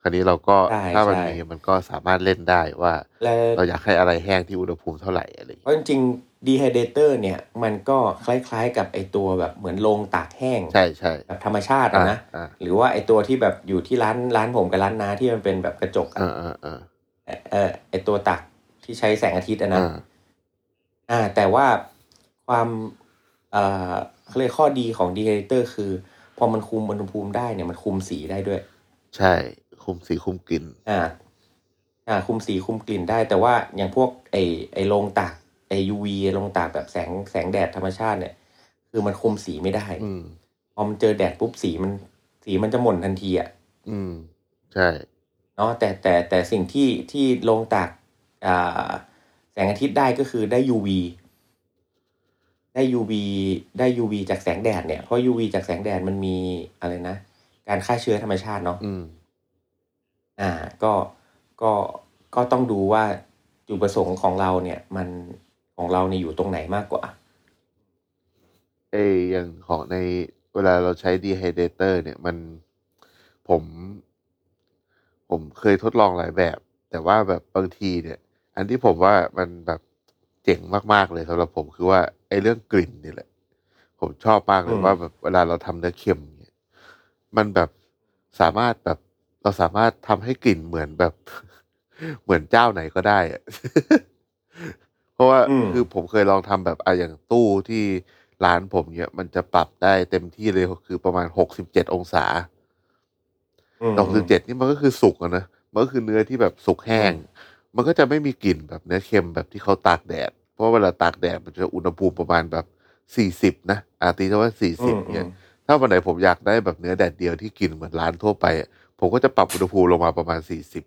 [SPEAKER 4] คราวนี้เราก็
[SPEAKER 3] ใช่
[SPEAKER 4] ถ้ามัน
[SPEAKER 3] ใช่
[SPEAKER 4] มีมันก็สามารถเล่นได้ว่า
[SPEAKER 3] และ
[SPEAKER 4] เราอยากให้อะไรแห้งที่อุณหภูมิเท่าไหร่อะไรอย่าง
[SPEAKER 3] เพ
[SPEAKER 4] เงี้ย
[SPEAKER 3] ราะจริงๆดีไฮเดเตอร์เนี่ยมันก็คล้ายๆกับไอตัวแบบเหมือนโรงตากแห้ง
[SPEAKER 4] ใช่ใช่
[SPEAKER 3] แบบธรรมชาติ
[SPEAKER 4] อ่า
[SPEAKER 3] อะนะ
[SPEAKER 4] อ่า
[SPEAKER 3] หรือว่าไอตัวที่แบบอยู่ที่ร้านร้านผมกับร้านน้าที่มันเป็นแบบกระจกอะ
[SPEAKER 4] อ่าอ่าอ่า
[SPEAKER 3] เออไอตัวตักที่ใช้แสงอาทิตย์อะนะ
[SPEAKER 4] อ่า
[SPEAKER 3] อ่าแต่ว่าความเอ่อเขาเรียกข้อดีของดีไฮเตอร์คือ พอมันคุมอุณหภูมิได้เนี่ยมันคุมสีได้ด้วย
[SPEAKER 4] ใช่ คุมสีคุมกลิ่น
[SPEAKER 3] อ่าอ่าคุมสีคุมกลิ่นได้ แต่ว่าอย่างพวกไอไอโรงตากไอยูวีโรงตากแบบแสงแสงแดดธรรมชาติเนี่ย คือมันคุมสีไม่ได้
[SPEAKER 4] อืม
[SPEAKER 3] พอมันเจอแดดปุ๊บสีมันสีมันจะหม่นทันทีอ่ะ
[SPEAKER 4] อืม ใช่
[SPEAKER 3] เนาะแต่แต่แต่สิ่งที่ที่โรงตากอ่าแสงอาทิตย์ได้ก็คือได้ UV ได้ UV ได้ UV จากแสงแดดเนี่ยเพราะ UV จากแสงแดดมันมีอะไรนะ การฆ่าเชื้อธรรมชาติเนาะ
[SPEAKER 4] อืม
[SPEAKER 3] อ่าก็ก็ก็ต้องดูว่าจุดประสงค์ของเราเนี่ย มันของเราเนี่ยอยู่ตรงไหนมากกว่า
[SPEAKER 4] เอออย่างของในเวลาเราใช้ดีไฮเดเตอร์เนี่ยมันผม ผมเคยทดลองหลายแบบ แต่ว่าแบบบางทีเนี่ย อันที่ผมว่ามันแบบเจ๋งมาก ๆ เลยสำหรับผมคือว่าไอ้เรื่องกลิ่นนี่แหละ ผมชอบมากเลย
[SPEAKER 3] อืม
[SPEAKER 4] ว่าแบบเวลาเราทำเนื้อเค็มเนี่ยมันแบบสามารถแบบเราสามารถทำให้กลิ่นเหมือนแบบ เหมือนเจ้าไหนก็ได้อะ เพราะว่า
[SPEAKER 3] อืม
[SPEAKER 4] คือผมเคยลองทำแบบอะอย่างตู้ที่ร้านผมเนี่ย มันจะปรับได้เต็มที่เลยคือประมาณหกสิบเจ็ดองศา
[SPEAKER 3] อืม
[SPEAKER 4] ดอกสิบเจ็ดนี่มันก็คือสุกอะนะ มันก็คือเนื้อที่แบบสุกแห้ง มันก็จะไม่มีกลิ่นแบบเนื้อเค็มแบบที่เขาตากแดด เพราะเวลาตากแดดมันจะอุณหภูมิประมาณแบบสี่สิบนะอาตีเท่าว่าสี่
[SPEAKER 3] อื
[SPEAKER 4] สิบ
[SPEAKER 3] ม
[SPEAKER 4] เนี่ย ถ้าวันไหนผมอยากได้แบบเนื้อแดดเดียวที่กลิ่นเหมือนร้านทั่วไปอะผมก็จะปรับอุณหภูมิลงมาประมาณสี่สิบ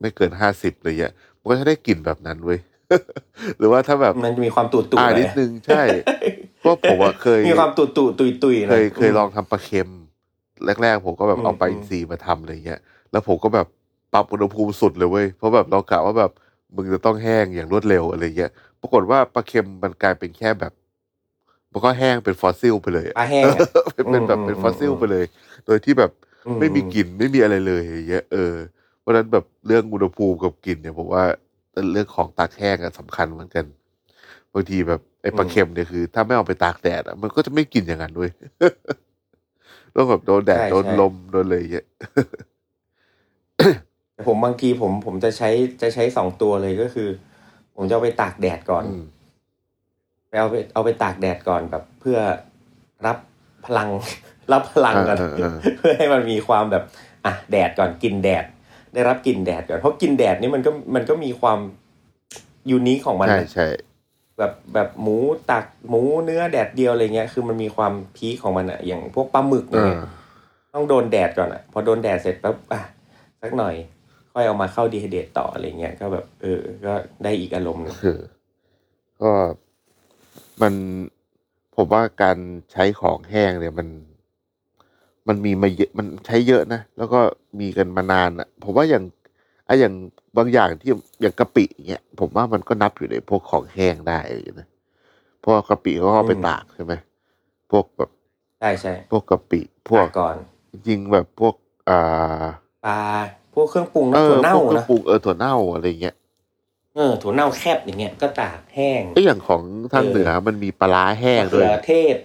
[SPEAKER 4] ไม่เกินห้าสิบเลยอะมันก็จะได้กลิ่นแบบนั้นเว้ย หรือว่าถ้าแบบ
[SPEAKER 3] มันจะมีความตุ่ยๆ
[SPEAKER 4] อ่า
[SPEAKER 3] หน่อย
[SPEAKER 4] นิดนึงใช่ เพราะผมอะเคย
[SPEAKER 3] มีความตุ่ยตุ่ยตุ่ยตุ่ย
[SPEAKER 4] เค
[SPEAKER 3] ๆหน่อย ย
[SPEAKER 4] เคยลองทำปลาเค็ม แรก ๆ ผมก็แบบ
[SPEAKER 3] อืม
[SPEAKER 4] เอาปลาอินทรีย์มาทำอะไรเงี้ยแล้วผมก็แบบปรับอุณหภูมิสุดเลยเว้ยเพราะแบบเรากะว่าแบบมึงจะต้องแห้งอย่างรวดเร็วอะไรเงี้ยปรากฏว่าปลาเค็มมันกลายเป็นแค่แบบ มันก็แห้งเป็นฟอสซิลไปเลยอะ
[SPEAKER 3] ปลาแห้งอะ
[SPEAKER 4] เป็นเป็นแบบ
[SPEAKER 3] อืม
[SPEAKER 4] เป็นฟอสซิล
[SPEAKER 3] อืม
[SPEAKER 4] ไปเลย โดยที่แบบ
[SPEAKER 3] อื
[SPEAKER 4] ไม่มีกลิ่นไม่มีอะไรเลยอย่างเงี้ยเออเพราะฉะนั้นแบบเรื่องอุณหภูมิกับกลิ่นเนี่ยผมว่าเรื่องของตากแห้งอะสำคัญเหมือนกันบางทีแบบไอ้ปลาเค็มเนี่ยคือ ถ้าไม่เอาไปตากแดดอะมันก็จะไม่กินอย่างนั้นด้วย ต้องแบบโดนแดด
[SPEAKER 3] ใช่
[SPEAKER 4] โดน
[SPEAKER 3] ใช่
[SPEAKER 4] ลมโดนเลยเยอะ
[SPEAKER 3] แต่ผมบางทีผมผมจะใช้จะใช้สองตัวเลยก็คือ ผมจะเอาไปตากแดดก่อน ไปเอาไปเอาไปตากแดดก่อนแบบเพื่อรับพลัง รับพลังก่อน
[SPEAKER 4] เออเออเออ
[SPEAKER 3] เพื่อให้มันมีความแบบอ่ะแดดก่อนกินแดด ได้รับกลินแดดก่อนเพราะกลินแดดนี่มันก็มันก็มีความยูนิคของมัน
[SPEAKER 4] ใช่
[SPEAKER 3] นะ
[SPEAKER 4] ใช่
[SPEAKER 3] แบบแบบหมูตักหมูเนื้อแดดเดียวอะไรเงี้ยคือมันมีความพีคของมันอะอย่างพวกปลาหมึก
[SPEAKER 4] เอ
[SPEAKER 3] เนี่ย
[SPEAKER 4] อ
[SPEAKER 3] ต้องโดนแดดก่อนอะพอโดนแดดเสร็จปั๊บอ่ะสักหน่อย ค่อยเอามาเข้าดีไฮเดตต่ออะไรเงี้ยก็แบบเออ ก็ได้อีกอารมณ์หนึ่ง
[SPEAKER 4] คือก็มันผมว่าการใช้ของแห้งเนี่ยมัน มันมีมาเยอะมันใช้เยอะนะ แล้วก็มีกันมานานอะผมว่าอย่างอะอย่างบางอย่างที่อย่างกะปิเนี่ยผมว่ามันก็นับอยู่ในพวกของแห้งได้เลยนะเพราะว่ากะปิเขาก็เอาไปตากใช่ไหมพวกแบบ
[SPEAKER 3] ใช่ใช่
[SPEAKER 4] พวกกะปิ พวก
[SPEAKER 3] ตาก่อน
[SPEAKER 4] จริงๆแบบพวกอ่า
[SPEAKER 3] ปลาพวกเครื่องปรุง
[SPEAKER 4] เอ
[SPEAKER 3] นะ
[SPEAKER 4] อ
[SPEAKER 3] ถั่
[SPEAKER 4] พ
[SPEAKER 3] วเน่าว
[SPEAKER 4] กเครื่อง
[SPEAKER 3] นะ
[SPEAKER 4] ปรุงเออถั่วเน่าอะไรเงี้ย
[SPEAKER 3] เออถั่วเน่าแคบอย่างเงี้ยก็ตากแห้ง
[SPEAKER 4] ก็อย่างของทางเหนือมันมีปลาร้าแห้ง
[SPEAKER 3] มะ
[SPEAKER 4] ด้
[SPEAKER 3] เขื
[SPEAKER 4] วย
[SPEAKER 3] อ
[SPEAKER 4] นะ
[SPEAKER 3] เทศ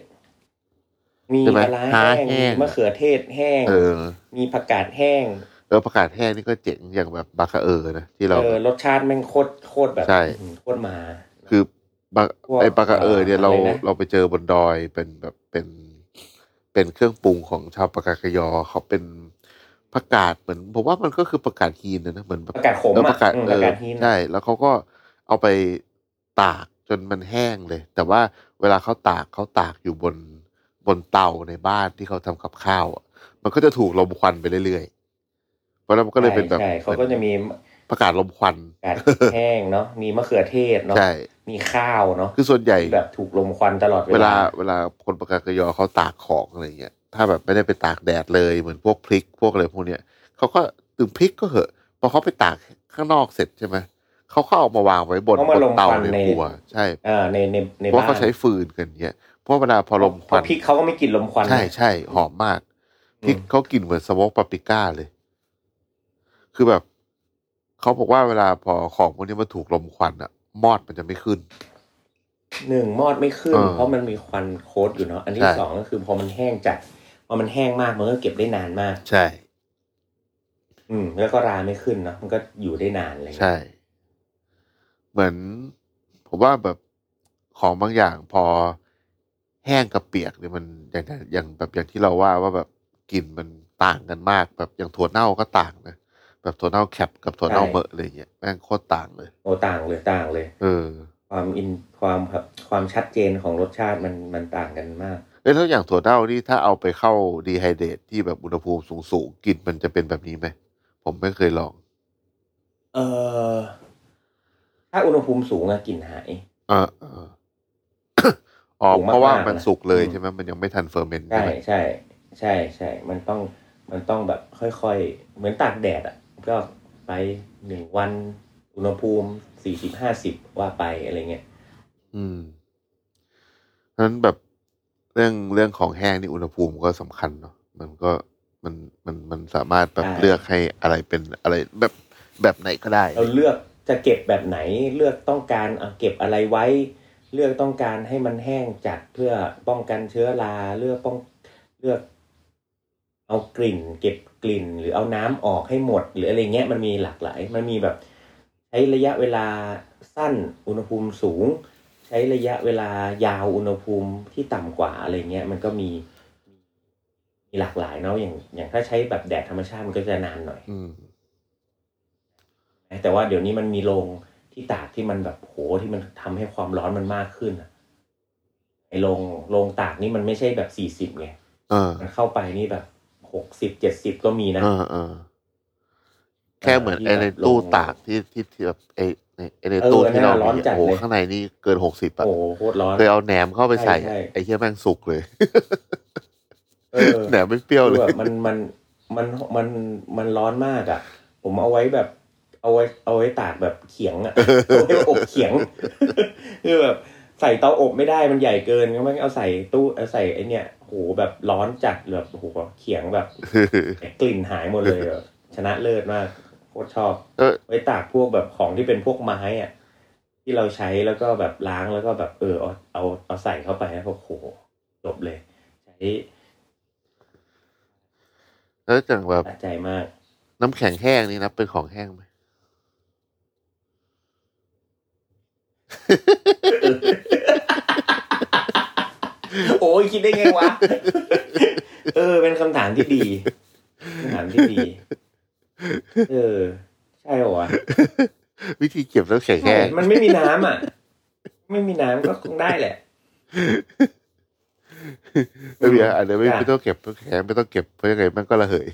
[SPEAKER 3] มี
[SPEAKER 4] ใช่ไหม
[SPEAKER 3] ปลาร้าแห้ง
[SPEAKER 4] หาแห้ง
[SPEAKER 3] มีมะเขือเทศแห้ง
[SPEAKER 4] เออ
[SPEAKER 3] มีผักกาดแห้ง
[SPEAKER 4] เออประกาศแห้งนี่ก็เจ๋งอย่างแบบบาคาเออร์นะที่เรา
[SPEAKER 3] เออรสชาติแม่งโคตรโคตรแบบ
[SPEAKER 4] ใช่
[SPEAKER 3] อืมโคตรมา
[SPEAKER 4] คือบา
[SPEAKER 3] พวก
[SPEAKER 4] ไอบาคาเออร์เนี่ยเรา
[SPEAKER 3] อะไรนะ
[SPEAKER 4] เราไปเจอบนดอยเป็นแบบเป็น เป็นเครื่องปรุงของชาวปากากยอเขาเป็นประกาศเหมือนผมว่ามันก็คือประกาศฮีนนะนะเหมือนแบบ
[SPEAKER 3] ผักกาดขม
[SPEAKER 4] เออ
[SPEAKER 3] อะ
[SPEAKER 4] ประกาศ
[SPEAKER 3] อืม
[SPEAKER 4] เอ
[SPEAKER 3] ผั
[SPEAKER 4] อก
[SPEAKER 3] กาดหิน
[SPEAKER 4] ใช่แล้วเขาก็เอาไปตากจนมันแห้งเลย แต่ว่าเวลาเขาตากเขาตากอยู่บนบนเตาในบ้านที่เขาทำกับข้าวอะมันก็จะถูกลมควันไปเรื่อยๆเพราะฉะนั้นมันก็เลยเป็นแบบ
[SPEAKER 3] ใช่ใช่เขาก็จะมี
[SPEAKER 4] ประกาศลมควัน
[SPEAKER 3] ผักกาดแห้งเนาะมีมะเขือเทศเนาะ
[SPEAKER 4] ใช่
[SPEAKER 3] มีข้าวเนาะ
[SPEAKER 4] คือส่วนใหญ่
[SPEAKER 3] ที่แบบถูกลมควันตลอด
[SPEAKER 4] เว
[SPEAKER 3] เวลา
[SPEAKER 4] ลาเวลาคนประกาศกยอเขาตากของอะไรเงี้ย ถ้าแบบไม่ได้ไปตากแดดเลยเหมือนพวกพริกพวกอะไรพวกเนี้ยเขาก็ถึงพริกก็เหอะพอเขาไปตากข้างนอกเสร็จใช่ไหมเขาก็เอามาวางไว้บน
[SPEAKER 3] เอา
[SPEAKER 4] บ
[SPEAKER 3] มาน ลง
[SPEAKER 4] เตา
[SPEAKER 3] ควัน
[SPEAKER 4] ใน
[SPEAKER 3] ใน
[SPEAKER 4] ครัวใช่
[SPEAKER 3] อ่าในในใน
[SPEAKER 4] เพราะ
[SPEAKER 3] บ้าน
[SPEAKER 4] เขาใช้ฟืนกันเงี้ยเพราะเวลาพอลมควัน
[SPEAKER 3] เพราะพริกเขาก็ไม่กลิ่นลมควัน
[SPEAKER 4] ใช่
[SPEAKER 3] นะ
[SPEAKER 4] ใช่หอมมากพริกเขากลิ่นเหมือนสโมกปาปริก้าเลย คือแบบเขาบอกว่าเวลาพอของพวกนี้มันถูกลมควันอะมอดมันจะไม่ขึ้น
[SPEAKER 3] หนึ่งมอดไม่ขึ้น
[SPEAKER 4] เออ
[SPEAKER 3] เพราะมันมีควันโคตอยู่เนาะอัน
[SPEAKER 4] ใช่
[SPEAKER 3] ที่สองก็คือพอมันแห้งจัดพอมันแห้งมากมันก็เก็บได้นานมาก
[SPEAKER 4] ใช่
[SPEAKER 3] อืม แล้วก็ราไม่ขึ้นเนาะมันก็อยู่ได้นานอะไรเลย
[SPEAKER 4] ใช่ เหมือน ผมว่าแบบของบางอย่างพอแห้งกับเปียกเนี่ยมันอย่างอย่างแบบอย่างที่เราว่าว่าแบบกลิ่นมันต่างกันมาก แบบอย่างถั่วเน่าก็ต่างนะแบบถั่วเน่าแคปกับถั่วเน่าเบอะอะไรเงี้ยแม่งโคตรต่างเลย
[SPEAKER 3] โอต่างเลยต่างเลย
[SPEAKER 4] เออ
[SPEAKER 3] ความอินความแบบความชัดเจนของรสชาติมันมันต่างกันมาก
[SPEAKER 4] เอ้ยแล้วอย่างถั่วเน่านี่ถ้าเอาไปเข้าดีไฮเดรตที่แบบอุณหภูมิสูงๆกลิ่นมันจะเป็นแบบนี้ไหม ผมไม่เคยลอง
[SPEAKER 3] เออถ้าอุณหภูมิสูงอะกลิ่นหาย
[SPEAKER 4] เออเออ อ๋อ
[SPEAKER 3] สูงมากๆ
[SPEAKER 4] เพราะว่ามันสุกเลย
[SPEAKER 3] นะ
[SPEAKER 4] ใช่ไหมมันยังไม่ทันเฟอร์เมนต์ใช่
[SPEAKER 3] ใช่
[SPEAKER 4] ไหม
[SPEAKER 3] ใช่ใช่ใช่มันต้องมันต้องแบบค่อยๆ เหมือนตากแดดอ่ะ ก็ไปหนึ่งวันอุณหภูมิสี่สิบห้าสิบว่าไปอะไรเงี้ย
[SPEAKER 4] อืมเพราะฉะนั้นแบบเรื่องเรื่องของแห้งนี่อุณหภูมิก็สำคัญเนาะมันก็มันมันมันสามารถแบบเลือกให้อะไรเป็นอะไรแบบแบบไหนก็ได้
[SPEAKER 3] เราเลือกจะเก็บแบบไหนเลือกต้องการเอาเก็บอะไรไว้ เลือกต้องการให้มันแห้งจัดเพื่อป้องกันเชื้อราเลือกป้องเลือก เอากลิ่น เก็บกลิ่น หรือเอาน้ำออกให้หมด หรืออะไรเงี้ยมันมีหลากหลาย มันมีแบบ ใช้ระยะเวลาสั้นอุณหภูมิสูง ใช้ระยะเวลายาวอุณหภูมิที่ต่ำกว่าอะไรเงี้ยมันก็มีมีหลากหลายเนาะอย่าง อย่างถ้าใช้แบบแดดธรรมชาติมันก็จะนานหน่อย
[SPEAKER 4] อืม
[SPEAKER 3] แต่ว่าเดี๋ยวนี้มันมีโรงที่ตากที่มันแบบโหที่มันทำให้ความร้อนมันมากขึ้นอะไอโรงโรงตากนี่มันไม่ใช่แบบสี่สิบไง
[SPEAKER 4] เออ
[SPEAKER 3] มันเข้าไปนี่แบบหกสิบเจ็ดสิบก็มีนะ
[SPEAKER 4] เออเออแค่เหมือนไอ้ในตู้ตากที่ที่ที่แบบไอ้ในไอ้ใน
[SPEAKER 3] เออ
[SPEAKER 4] ตู้ที่เรา
[SPEAKER 3] ร้อน
[SPEAKER 4] มี
[SPEAKER 3] จัด
[SPEAKER 4] โอ้โห
[SPEAKER 3] เลย
[SPEAKER 4] ข้างในนี่เกินหกสิบอะ
[SPEAKER 3] โอ้โหโคตรร้อน
[SPEAKER 4] เคยเอาแหนมเข้าไปใส่อะ
[SPEAKER 3] ใช่ใช่
[SPEAKER 4] ไอ้เหี้ยแม่งสุกเลย
[SPEAKER 3] เออ
[SPEAKER 4] แหนมไม่เปรี้ยวเลย
[SPEAKER 3] คือแบบมันมันมันมันมันร้อนมากอ่ะ ผมเอาไว้แบบ เอาไว้เอาไว้ตากแบบเขียงอ่ะ เอาไว้อบเขียง คือแบบใส่เตาอบไม่ได้มันใหญ่เกินก็ไม่เอาใส่ตู้เอาใส่ไอเนี่ยโหแบบร้อนจัดแบบโหเขียงแบบกลิ่นหายหมดเลยแบบชนะเลิศมากโคตรชอบ
[SPEAKER 4] เออ
[SPEAKER 3] ไว้ตากพวกแบบของที่เป็นพวกไม้อ่ะที่เราใช้แล้วก็แบบล้างแล้วก็แบบเออเอาเอาเอาใส่เข้าไปแล้วโอ้โหจบเลย ใช้
[SPEAKER 4] แล้วจากแบบ
[SPEAKER 3] สะใจมาก
[SPEAKER 4] น้ำแข็งแห้งนี่นะเป็นของแห้งไหม
[SPEAKER 3] โอ้ยคิดได้ไงวะ เออ เป็นคำถามที่ดีคำถามที่ดี เออ ใช่เหรอวะ
[SPEAKER 4] วิธีเก็บน้ำแข็ง
[SPEAKER 3] ใช่
[SPEAKER 4] แห้ง
[SPEAKER 3] มันไม่มีน้ำอ่ะ ไม่มีน้ำก็คงได้แหละ
[SPEAKER 4] ไม่มีอันเดียวไม่
[SPEAKER 3] จ้ะ
[SPEAKER 4] ไม่ต้องเก็บน้ำแข็งแห้งไม่ต้องเก็บเพราะยังไงมันก็ระเหย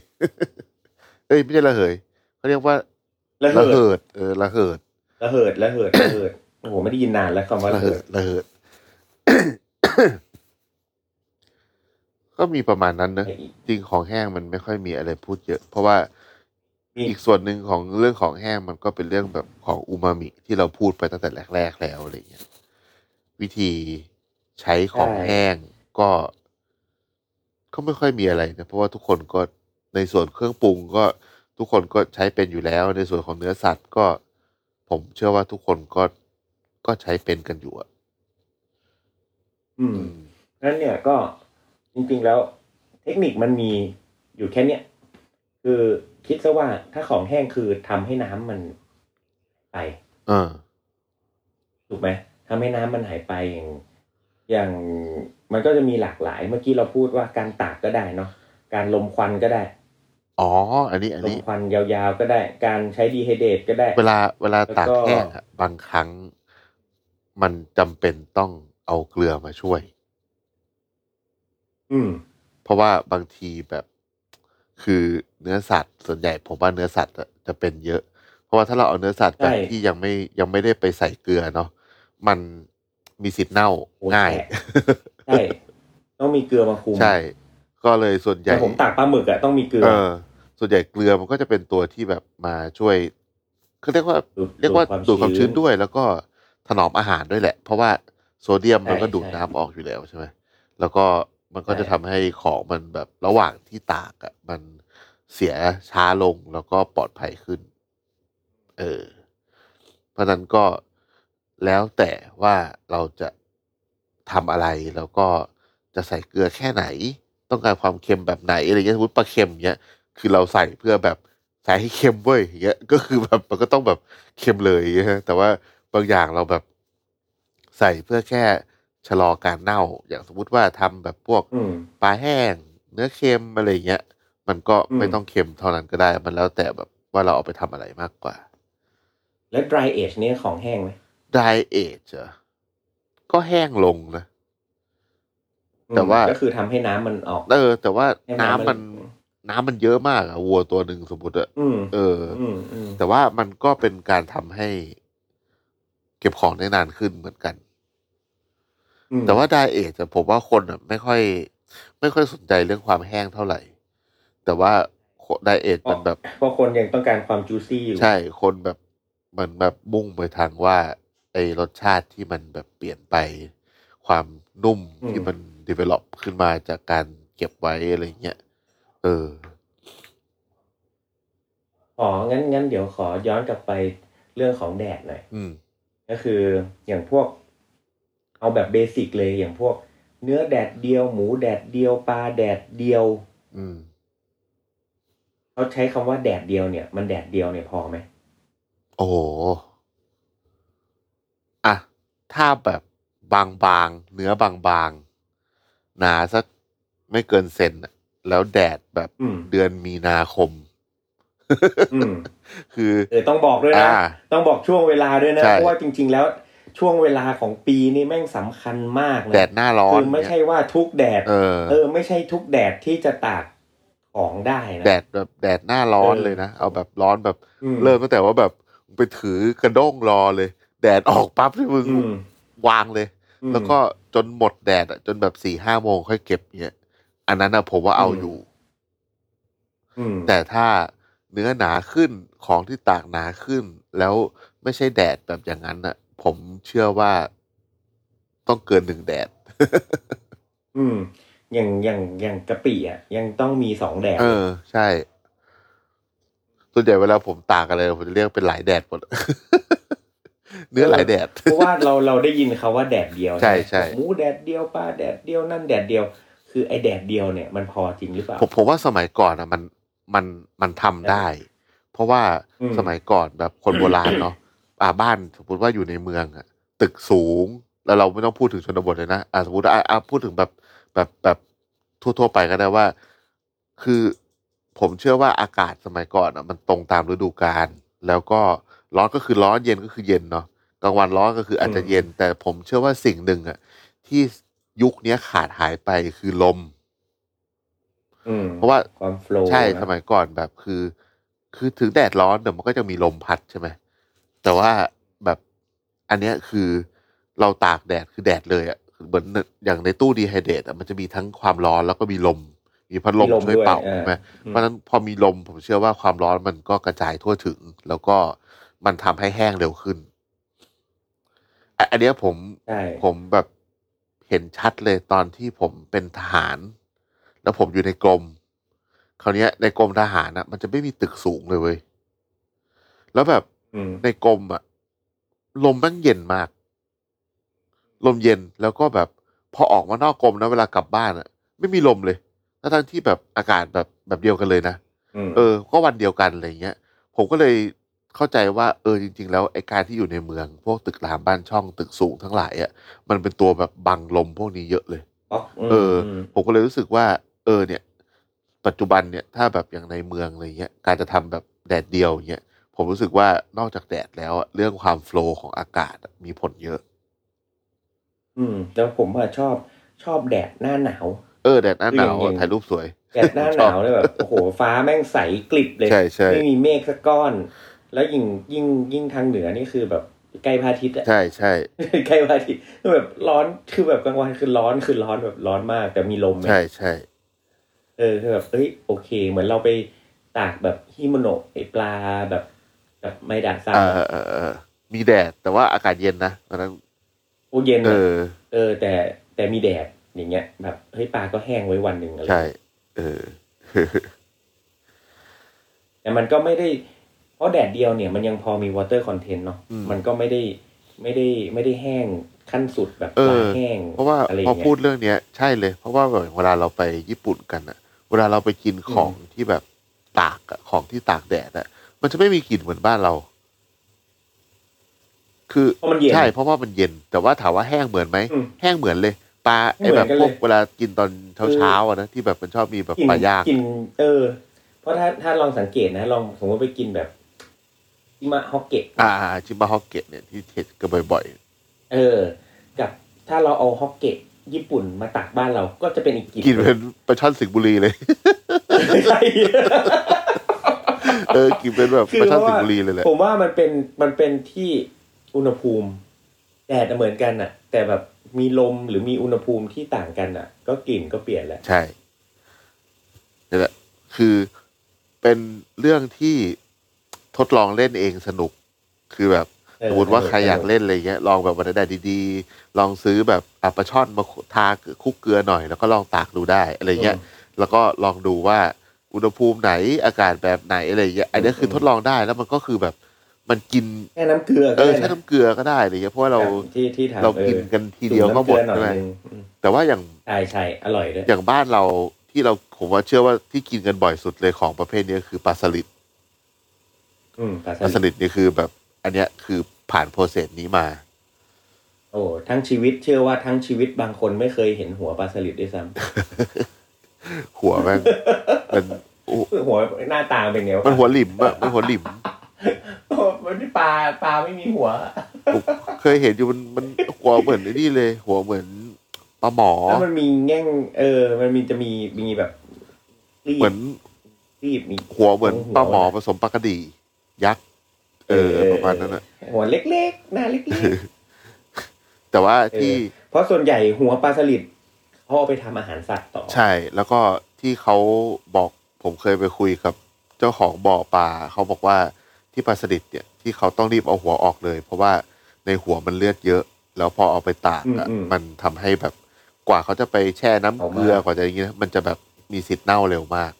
[SPEAKER 4] เอ้ยไม่ใช่ระเหยเขาเรียกว่า
[SPEAKER 3] ระ
[SPEAKER 4] ระ
[SPEAKER 3] เหิด
[SPEAKER 4] เหิดเออระเหิด
[SPEAKER 3] ระเหิดระเหิดระเหิดโอ้โหไม่ได้ยินนานแล้วคำว่า
[SPEAKER 4] ระ
[SPEAKER 3] ระ
[SPEAKER 4] เหิ
[SPEAKER 3] เหิ
[SPEAKER 4] ด
[SPEAKER 3] ด
[SPEAKER 4] ระเหิด ก็มีประมาณนั้นเนอะจริงของแห้งมันไม่ค่อยมีอะไรพูดเยอะ เพราะว่า
[SPEAKER 3] มี
[SPEAKER 4] อีกส่วนหนึ่งของเรื่องของแห้งมันก็เป็นเรื่องแบบของอูมามิที่เราพูดไปตั้งแต่แรก ๆ แล้วอะไรเงี้ยวิธีใช้ของแห้งก็ก็ไม่ค่อยมีอะไรนะเพราะว่าทุกคนก็ในส่วนเครื่องปรุงก็ทุกคนก็ใช้เป็นอยู่แล้ว ในส่วนของเนื้อสัตว์ก็ ผมเชื่อว่าทุกคนก็ก็ใช้เป็นกันอยู่อะ
[SPEAKER 3] อืม นั้นเนี่ยก็จริงๆแล้วเทคนิคมันมีอยู่แค่เนี้ยคือคิดซะว่าถ้าของแห้งคือทำให้น้ำมันไป
[SPEAKER 4] เออ
[SPEAKER 3] ถูกไหมทำให้น้ำมันหายไปอย่างอย่างมันก็จะมีหลากหลาย เมื่อกี้เราพูดว่าการตากก็ได้เนาะการลมควันก็ได้
[SPEAKER 4] อ๋อ อันนี้ อัน
[SPEAKER 3] ลม
[SPEAKER 4] นี้
[SPEAKER 3] ควันยาวๆก็ได้ การใช้ดีไฮเดรตก็ได้
[SPEAKER 4] เวลาเวลาตาก
[SPEAKER 3] แล้วก็
[SPEAKER 4] แห้งอะบางครั้งมันจำเป็นต้องเอาเกลือมาช่วย
[SPEAKER 3] อืม
[SPEAKER 4] เพราะว่าบางทีแบบ คือเนื้อสัตว์ส่วนใหญ่ผมว่าเนื้อสัตว์อะจะเป็นเยอะ เพราะว่าถ้าเราเอาเนื้อสัตว์แบบ
[SPEAKER 3] ใช่
[SPEAKER 4] ที่ยังไม่ยังไม่ได้ไปใส่เกลือเนาะมันมีสิทธิ์เน่า
[SPEAKER 3] โอ้
[SPEAKER 4] ง่าย
[SPEAKER 3] แตกใช่ต้องมีเกลือมาคุม
[SPEAKER 4] ใช่ ก็เลยส่วนให
[SPEAKER 3] แต่
[SPEAKER 4] ญ่
[SPEAKER 3] ผมตากปลาหมึกอะต้องมีเกลือ
[SPEAKER 4] เออ ส่วนใหญ่เกลือมันก็จะเป็นตัวที่แบบมาช่วยคือเรียกว่า
[SPEAKER 3] ดูด
[SPEAKER 4] เรียกว่าดูดความชื้น
[SPEAKER 3] ด้วย
[SPEAKER 4] ด้วย แล้วก็ถนอมอาหารด้วยแหละ เพราะว่าโซเดียมมันก็
[SPEAKER 3] ใช่
[SPEAKER 4] ดูด
[SPEAKER 3] ใช่
[SPEAKER 4] น้ำออกอยู่แล้วใช่ไหมแล้วก็มันก็
[SPEAKER 3] ใช่
[SPEAKER 4] จะทำให้ของมันแบบระหว่างที่ตากอ่ะมัน เสียช้าลงแล้วก็ปลอดภัยขึ้น เออ เพราะฉะนั้นก็แล้วแต่ว่าเราจะทำอะไรแล้วก็จะใส่เกลือแค่ไหน ต้องการความเค็มแบบไหนอะไรเงี้ยสมมติปลาเค็มเนี้ยคือเราใส่เพื่อแบบใส่ให้เค็มเว้ยอย่างเงี้ย ก็คือแบบมันก็ต้องแบบเค็มเลยอย่างเงี้ยฮะแต่ว่าบางอย่างเราแบบใส่เพื่อแค่ชะลอการเน่า อย่างสมมุติว่าทำแบบพวก
[SPEAKER 3] อืม
[SPEAKER 4] ปลาแห้ง เนื้อเค็มอะไรเงี้ย มันก็ไม่
[SPEAKER 3] อืม
[SPEAKER 4] ต้องเค็มเท่านั้นก็ได้ มันแล้วแต่แบบว่าเราเอาไปทำอะไรมากกว่า
[SPEAKER 3] แล้ว dry age เนี่ยของแห้งไหม
[SPEAKER 4] dry age เหรอก็แห้งลงนะ แต่ว่า
[SPEAKER 3] อืมก็คือทำให้น้ำมันออก
[SPEAKER 4] เออ แต่ว่า
[SPEAKER 3] ให้
[SPEAKER 4] น้ำ
[SPEAKER 3] น้ำมั
[SPEAKER 4] มัน
[SPEAKER 3] น
[SPEAKER 4] น้ำมันเยอะมากอะวัวตัวหนึ่งสมมติอะ
[SPEAKER 3] อืม
[SPEAKER 4] เอออ
[SPEAKER 3] อืมอืม
[SPEAKER 4] แต่ว่ามันก็เป็นการทำให้ เก็บของได้นานขึ้นเหมือนกัน
[SPEAKER 3] อืม
[SPEAKER 4] แต่ว่าไดเอทอะผมว่าคนอะไม่ค่อย ไม่ค่อยสนใจเรื่องความแห้งเท่าไหร่ แต่ว่าไดเอทมันแบบ
[SPEAKER 3] เพราะคนยังต้องการความ juicy อยู่
[SPEAKER 4] ใช่คนแบบมันแบบมุ่งไปทางว่า ไอ้รสชาติที่มันแบบเปลี่ยนไป ความนุ่ม
[SPEAKER 3] อืม
[SPEAKER 4] ที่มันด e v e l o p ขึ้นมาจากการเก็บไว้อะไรเงี้ยเออ
[SPEAKER 3] อ๋อ งั้นงั้นเดี๋ยวขอย้อนกลับไปเรื่องของแดดหน่อย
[SPEAKER 4] อืม
[SPEAKER 3] ก็คืออย่างพวก เอาแบบเบสิกเลยอย่างพวก เนื้อแดดเดียว หมูแดดเดียวปลาแดดเดียว
[SPEAKER 4] อืม
[SPEAKER 3] เขาใช้คำว่าแดดเดียวเนี่ย มันแดดเดียวเนี่ยพอ ไหม
[SPEAKER 4] โอ้โหอะถ้าแบบบางๆ เนื้อบางๆ หนาสักไม่เกินเซนน่ะแล้วแดดแบบ
[SPEAKER 3] อืม
[SPEAKER 4] เดือนมีนาคม
[SPEAKER 3] อืม
[SPEAKER 4] คือ
[SPEAKER 3] เออต้องบอกด้วยนะ
[SPEAKER 4] อ่า
[SPEAKER 3] ต้องบอกช่วงเวลาด้วยนะ
[SPEAKER 4] ใช่
[SPEAKER 3] เพราะว่าจริง ๆ แล้วช่วงเวลาของปีนี่แม่งสำคัญมากนะ
[SPEAKER 4] แดดหน้าร้อน
[SPEAKER 3] คือไม่ใช่ว่าทุกแดด
[SPEAKER 4] เออ
[SPEAKER 3] อไม่ใช่ทุกแดดที่จะตากของได้นะ
[SPEAKER 4] แดดแบบแดดหน้าร้อน
[SPEAKER 3] เออ
[SPEAKER 4] เลยนะ เอาแบบร้อนแบบ
[SPEAKER 3] อืม
[SPEAKER 4] เริ่มตั้งแต่ว่าแบบไปถือกระด้งรอเลย แดดออกปั๊บที่มึง
[SPEAKER 3] อืม
[SPEAKER 4] วางเลย
[SPEAKER 3] อืม
[SPEAKER 4] แล้วก็จนหมดแดดอะจนแบบสี่ห้าโมงค่อยเก็บเนี่ยอันนั้นอะผมว่าเอา
[SPEAKER 3] อืม
[SPEAKER 4] อยู่
[SPEAKER 3] อืม
[SPEAKER 4] แต่ถ้าเนื้อหนาขึ้นของที่ตากหนาขึ้น แล้วไม่ใช่แดดแบบอย่างนั้นอะผมเชื่อว่าต้องเกินหนึ่งแดด
[SPEAKER 3] อืมอย่างอย่างอย่างกะปิอ่ะยังต้องมีสองแดด
[SPEAKER 4] เออ ใช่ส่วนใหญ่เวลาผมตากอะไรผมจะเรียกเป็นหลายแดดห มด เนื้อหลายแดด
[SPEAKER 3] เพราะว่าเราเราได้ยินคาว่าแดดเดียว
[SPEAKER 4] ใช่
[SPEAKER 3] ไหม
[SPEAKER 4] ใช่
[SPEAKER 3] หมูแดดเดียวปลาแดดเดียวนั่นแดดเดียว คือไอแดดเดียวเนี่ยมันพอจริงหรือเปล่า
[SPEAKER 4] ผมผมว่าสมัยก่อนอ่ะ มันมันมันทำได้ เพราะว่า
[SPEAKER 3] อืม
[SPEAKER 4] สมัยก่อนแบบคนโบราณเนาะอ่าบ้านสมมติว่าอยู่ในเมืองอะตึกสูง แล้วเราไม่ต้องพูดถึงชนบทเลยนะอ่าสมมติอ่ะอ่ะพูดถึงแบบแบบแบบทั่วๆไปก็ได้ว่า คือผมเชื่อว่าอากาศสมัยก่อนอ่ะ มันตรงตามฤดูกาลแล้วก็ร้อนก็คือร้อนเย็นก็คือเย็นเนาะกลางวันร้อนก็คืออาจจะเย็น แต่ผมเชื่อว่าสิ่งหนึ่งอ่ะที่ยุคเนี้ยขาดหายไปคือลม
[SPEAKER 3] อืม
[SPEAKER 4] เพราะว่า
[SPEAKER 3] ความโฟล์
[SPEAKER 4] ใช่สมัยก่อนแบบคือ คือถึงแดดร้อนแต่มันก็จะมีลมพัดใช่ไหมแต่ว่าแบบอันเนี้ยคือเราตากแดดคือแดดเลยอะ่ะเหมือนอย่างในตู้ดีไฮเดรตอะมันจะมีทั้งความร้อนแล้วก็มีลม มีพัดลมช่วยเป่าใช่ไหม เพราะฉะนั้นพอมีลมผมเชื่อว่าความร้อนมันก็กระจายทั่วถึง แล้วก็มันทำให้แห้งเร็วขึ้นอ่ะอันเนี้ยผม
[SPEAKER 3] ใช่
[SPEAKER 4] ผมแบบเห็นชัดเลยตอนที่ผมเป็นทหาร แล้วผมอยู่ในกรมคราวเนี้ยในกรมทหารนะมันจะไม่มีตึกสูงเลยเว้ยแล้วแบบ
[SPEAKER 3] อืม
[SPEAKER 4] ในกรมอะลมมันเย็นมาก ลมเย็นแล้วก็แบบพอออกมานอกกรมนะเวลากลับบ้านอะไม่มีลมเลยทั้งๆที่แบบอากาศแบบแบบเดียวกันเลยนะ
[SPEAKER 3] อืม
[SPEAKER 4] เออ ก็วันเดียวกันอะไรเงี้ย ผมก็เลยเข้าใจว่า เออ จริง ๆ แล้วไอ้การที่อยู่ในเมือง พวกตึกรามบ้านช่องตึกสูงทั้งหลายอะ่ะ มันเป็นตัวแบบบังลมพวกนี้เยอะเลย
[SPEAKER 3] ป๊อกม
[SPEAKER 4] เอออ
[SPEAKER 3] ม
[SPEAKER 4] ผมก็เลยรู้สึกว่า เออ เนี่ย ปัจจุบันเนี่ย ถ้าแบบอย่างในเมืองอะไรเงี้ย การจะทำแบบแดดเดียวเงี้ย ผมรู้สึกว่านอกจากแดดแล้วอะเรื่องความโฟลว์ของอากาศอะมีผลเยอะ
[SPEAKER 3] อืมแล้วผมอะชอบชอบแดดหน้าหนาว
[SPEAKER 4] เออ แดดหน้าหนาว
[SPEAKER 3] เย็
[SPEAKER 4] อะ
[SPEAKER 3] นๆ
[SPEAKER 4] ถ่ายรูปสวย
[SPEAKER 3] แดดหน้าหนาวเนี่ยแบบโอ้โหฟ้าแม่งใสกริบเลย
[SPEAKER 4] ใช่ใช่
[SPEAKER 3] ไม่มีเมฆสักก้อน แล้วยิ่งยิ่งยิ่งทางเหนือนี่คือแบบใกล้พระอาทิตย์อะ
[SPEAKER 4] ใช่ใช่
[SPEAKER 3] ใกล้พระอาทิตย์คือแบบร้อนคือแบบกลางวันคือร้อนคือร้อนแบบร้อนมาก แต่มีลมไง
[SPEAKER 4] ใช่ใช่
[SPEAKER 3] เออคือแบบเอ้ยโอเค เหมือนเราไปตากแบบฮิโมโนะไอปลาแบบแบบไม่ดาซัง
[SPEAKER 4] เออเออเออมีแดดแต่ว่าอากาศเย็นนะตอนนั้น
[SPEAKER 3] โอเย็น
[SPEAKER 4] เอ
[SPEAKER 3] อะ
[SPEAKER 4] อ
[SPEAKER 3] เออ แต่แต่มีแดดอย่างเงี้ย แบบเฮ้ยปลาก็แห้งไว้วันหนึ่งอะไร
[SPEAKER 4] ใช่ เออ
[SPEAKER 3] แต่มันก็ไม่ได้ เพราะแดดเดียวเนี่ยมันยังพอมีวอเตอร์คอนเทนต์เนาะ
[SPEAKER 4] อืม
[SPEAKER 3] มันก็ไม่ได้ไม่ได้ไม่ได้แห้งขั้นสุดแบบ
[SPEAKER 4] เออ
[SPEAKER 3] ปลาแห้ง
[SPEAKER 4] เพราะว่า
[SPEAKER 3] อะไร
[SPEAKER 4] พ
[SPEAKER 3] อ
[SPEAKER 4] อย่าง พู
[SPEAKER 3] เงี้
[SPEAKER 4] ด
[SPEAKER 3] ย
[SPEAKER 4] เรื่องเนี้ยใช่เลย เพราะว่าแบบเวลาเราไปญี่ปุ่นกันอะเวลาเราไปกินของที่แบบตากอะของที่ตากแดดอะมันจะไม่มีกลิ่นเหมือนบ้านเรา คือ
[SPEAKER 3] เพราะมันเย็น
[SPEAKER 4] ใช่เพราะว่ามันเย็น แต่ว่าถามว่าแห้งเหมือนไหม
[SPEAKER 3] อืม
[SPEAKER 4] แห้งเหมือนเลยปลา
[SPEAKER 3] ไม่
[SPEAKER 4] ไอ้
[SPEAKER 3] เห
[SPEAKER 4] แบ
[SPEAKER 3] มือบ นกัน
[SPEAKER 4] พ
[SPEAKER 3] เล
[SPEAKER 4] วย กเวลากินตอนเช้าเช้าๆอะนะที่แบบมันชอบมีแบบ
[SPEAKER 3] กิน
[SPEAKER 4] ปลาย่าง
[SPEAKER 3] กิน เออ เพราะถ้าถ้าลองสังเกตนะ ลองสมมติไปกินแบบอิมะฮอกเกะ
[SPEAKER 4] อ่าชิมบะฮอกเกะเนี่ยที่เห็นกันบ่อย
[SPEAKER 3] เออ กับถ้าเราเอาฮอกเกะญี่ปุ่นมาตักบ้านเราก็จะเป็นอีกกลิ่น
[SPEAKER 4] ๆกินเป็นปลาช่อนสิงห์บุรีเลย
[SPEAKER 3] ใช่
[SPEAKER 4] เออกินเป็นแบบ
[SPEAKER 3] คื
[SPEAKER 4] ปลา
[SPEAKER 3] อ
[SPEAKER 4] ช่อน
[SPEAKER 3] เพราะ
[SPEAKER 4] สิง
[SPEAKER 3] ว่า
[SPEAKER 4] ห์บุรีเลยแหละ
[SPEAKER 3] ผมว่ามันเป็นมันเป็นที่อุณหภูมิแดดอะเหมือนกันน่ะ แต่แบบมีลมหรือมีอุณหภูมิที่ต่างกันน่ะ ก็กลิ่นก็เปลี่ยนแหละ
[SPEAKER 4] ใช่นี่นแหละคือเป็นเรื่องที่ทดลองเล่นเองสนุก คือแบบ
[SPEAKER 3] เออ
[SPEAKER 4] สมมติว่า
[SPEAKER 3] สนุก
[SPEAKER 4] ใครอยาก
[SPEAKER 3] สนุก
[SPEAKER 4] เล่นอะไรเงี้ยลองแบบวันได้ดีๆ ลองซื้อแบบอะปลาช่อนมาทาคลุกเกลือหน่อย แล้วก็ลองตากดูได้อะไรเงี้ย แล้วก็ลองดูว่าอุณหภูมิไหนอากาศแบบไหนอะไรเงี้ยอันเนี้ยคือทดลองได้แล้วมันก็คือแบบมันกิน
[SPEAKER 3] แค่น้ำเกลือ
[SPEAKER 4] เอ
[SPEAKER 3] ก็
[SPEAKER 4] อ
[SPEAKER 3] ได้
[SPEAKER 4] ใช้
[SPEAKER 3] นะ
[SPEAKER 4] น้ำเกลือก็ได้อะไรเงี้ยเพราะว่าเรา
[SPEAKER 3] แบบที่ที่ทำ
[SPEAKER 4] เรา
[SPEAKER 3] ออ
[SPEAKER 4] กินกันทีเดียวก็หมด
[SPEAKER 3] จุ่น้ำเลือน่อ
[SPEAKER 4] ใช่ไหม
[SPEAKER 3] นึงอืม
[SPEAKER 4] แต่ว่าอย่าง
[SPEAKER 3] ใช่ใช่อร่อยด้วย
[SPEAKER 4] อย่างบ้านเราที่เราผมว่าเชื่อว่าที่กินกันบ่อยสุดเลยของประเภทนี้คือปลาสลิด
[SPEAKER 3] อืมปลาส
[SPEAKER 4] ปลาส
[SPEAKER 3] ลิด
[SPEAKER 4] ลิดนี่คือแบบ อันเนี้ยคือผ่านโปรเซสนี้มา
[SPEAKER 3] โอ้ทั้งชีวิตเชื่อว่าทั้งชีวิตบางคนไม่เคยเห็นหัวปลาสลิดด้วยซ้
[SPEAKER 4] หัวแม่ง มันโอ้
[SPEAKER 3] ำ หัวหน้าตาเป็นไงวะ
[SPEAKER 4] มันหัวหลิมอะมันหัวหลิม
[SPEAKER 3] โอ้มันไม่ปลาปลาไม่มีหัว
[SPEAKER 4] ผมเคยเห็นอยู่มันมันหัวเหมือนไอ้นี่เลย หัวเหมือนปลาหมอ
[SPEAKER 3] แล้วมันมีแง่ง เออ มันมีจะมีมีแบบรีบ
[SPEAKER 4] เหมือน
[SPEAKER 3] รีบมี
[SPEAKER 4] หัวเหมือนปลาหมอผสมปลากระดียักษ์เออประมาณนั้นอะ
[SPEAKER 3] หัวเล็กๆหน้าเล็ก
[SPEAKER 4] แต่ว่า
[SPEAKER 3] ๆเอ
[SPEAKER 4] ที่
[SPEAKER 3] อเพราะส่วนใหญ่หัวปลาสลิดเขาเอาไปทำอาหารสัตว์ต่อ
[SPEAKER 4] ใช่ แล้วก็ที่เขาบอกผมเคยไปคุยกับเจ้าของบ่อปลาเขาบอกว่าที่ปลาสลิดเนี่ยที่เขาต้องรีบเอาหัวออกเลย เพราะว่าในหัวมันเลือดเยอะ แล้วพอเอาไปตากอะมันทำให้แบบกว่าเขาจะไปแช่น้ำเกลือกว่าจะอย่างนี้นะมันจะแบบมีสิทธิ์เน่าเร็วมาก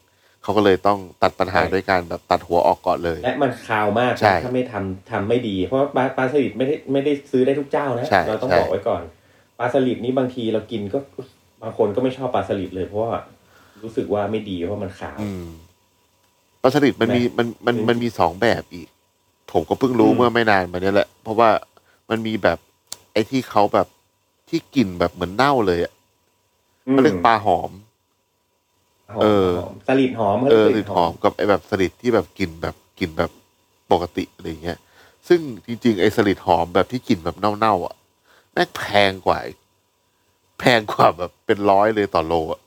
[SPEAKER 4] เขาก็เลยต้องตัดปัญหาด้วยการแบบตัดหัวออกก่อนเลย
[SPEAKER 3] และมันคาวมาก
[SPEAKER 4] ใช่
[SPEAKER 3] ถ้าไม่ทำทำไม่ดี เพราะปลาปลาสลิดไม่ได้ไม่ได้ซื้อได้ทุกเจ้านะ
[SPEAKER 4] ใช่
[SPEAKER 3] เราต้อง
[SPEAKER 4] ใช่
[SPEAKER 3] บอกไว้ก่อนปลาสลิดนี้บางทีเรากินก็บางคนก็ไม่ชอบปลาสลิดเลย เพราะว่ารู้สึกว่าไม่ดีเพราะมันขาว
[SPEAKER 4] อืมปลาสลิดมันมีมันมันมันมีสองแบบอีก ผมก็เพิ่งรู้
[SPEAKER 3] อืม
[SPEAKER 4] เมื่อไม่นานมาเนี้ยแหละ เพราะว่ามันมีแบบไอ้ที่เขาแบบที่กลิ่นแบบเหมือนเน่าเลยอ่ะมันเรียกปลาหอม
[SPEAKER 3] หอม
[SPEAKER 4] เออ
[SPEAKER 3] หอมสลิดหอมขา
[SPEAKER 4] เออก สลิ
[SPEAKER 3] รีย
[SPEAKER 4] ดหอมกับไอ้แบบสลิดที่แบบกลิ่นแบบกลิ่นแบบปกติอะไรเงี้ย ซึ่งจริงๆไอ้สลิดหอมแบบที่กลิ่นแบบเน่าๆอ่ะแม่งแพงกว่าอีกแพงกว่าแบบเป็นร้อยเลยต่อโลอ่ะ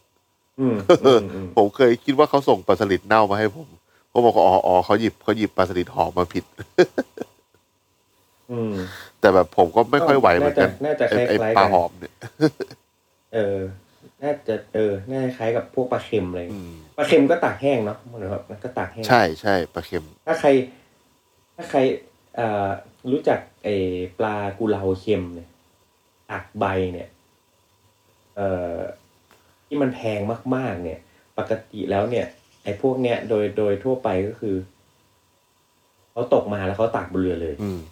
[SPEAKER 3] อืมอืมอืม
[SPEAKER 4] ผมเคยคิดว่าเขาส่งปลาสลิดเน่ามาให้ผมผมบอกว่าอ๋ออ๋อเขาหยิบเขาหยิบปลาสลิดหอมมาผิด
[SPEAKER 3] อืม
[SPEAKER 4] แต่แบบผมก็ไม่ค่อยไหวเหมือนกัน
[SPEAKER 3] น่าจะ
[SPEAKER 4] ไอ้ไอ้
[SPEAKER 3] คล้าย
[SPEAKER 4] ป
[SPEAKER 3] ๆกัน
[SPEAKER 4] ลาหอมเนี่ย
[SPEAKER 3] เออ น่าจะเออ น่าจะคล้ายกับพวกปลาเค็มเลย
[SPEAKER 4] อืม
[SPEAKER 3] ปลาเค็มก็ตากแห้งเนาะเหมือนแบบมันก็ตากแห้ง
[SPEAKER 4] ใช่ใช่ปลาเค็ม
[SPEAKER 3] ถ้าใคร ถ้าใครเอ่อรู้จักไอปลากุเลาเค็มเนี่ยตากใบเนี่ย เอ่อ ที่มันแพงมาก ๆ เนี่ย ปกติแล้วเนี่ย ไอพวกเนี้ยโดยโดยทั่วไปก็คือ เขาตกมาแล้วเขาตากบนเรือเลย
[SPEAKER 4] อืม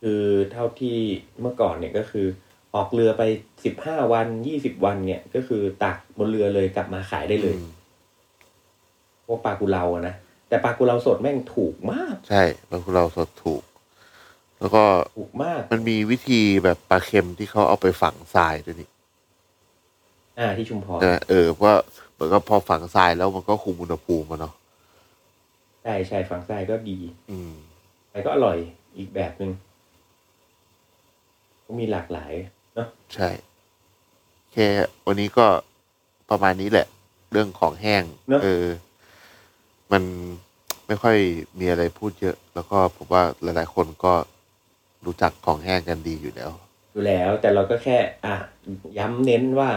[SPEAKER 3] คือเท่าที่เมื่อก่อนเนี่ยก็คือ ออกเรือไปสิบห้าวันยี่สิบวันเนี่ย ก็คือตักบนเรือเลยกลับมาขายได้เลย
[SPEAKER 4] อืม
[SPEAKER 3] พวกปลากุเลาอะนะแต่ปลากุเลาสดแม่งถูกมาก
[SPEAKER 4] ใช่ปลากุเราสดถูก แล้วก็
[SPEAKER 3] ถูกมาก
[SPEAKER 4] มันมีวิธีแบบปลาเค็มที่เขาเอาไปฝังทรายด้วยนี่
[SPEAKER 3] อ่าที่ชุมพร
[SPEAKER 4] นะเออเพราะว่าเหมือนกับพอฝังทรายแล้วมันก็คุมอุณหภูมิมันเนาะ
[SPEAKER 3] ใช่ใช่ฝั่งใต้ก็ดี
[SPEAKER 4] อืม
[SPEAKER 3] แต่ก็อร่อยอีกแบบหนึ่งก็มีหลากหลายเนาะ
[SPEAKER 4] ใช่โอเควันนี้ก็ประมาณนี้แหละ เรื่องของแห้งเออ มันไม่ค่อยมีอะไรพูดเยอะ แล้วก็ผมว่าหลาย ๆ คนก็รู้จักของแห้งกันดีอยู่แล้ว
[SPEAKER 3] อยู่แล้ว แต่เราก็แค่ อ่ะย้ำเน้นว่า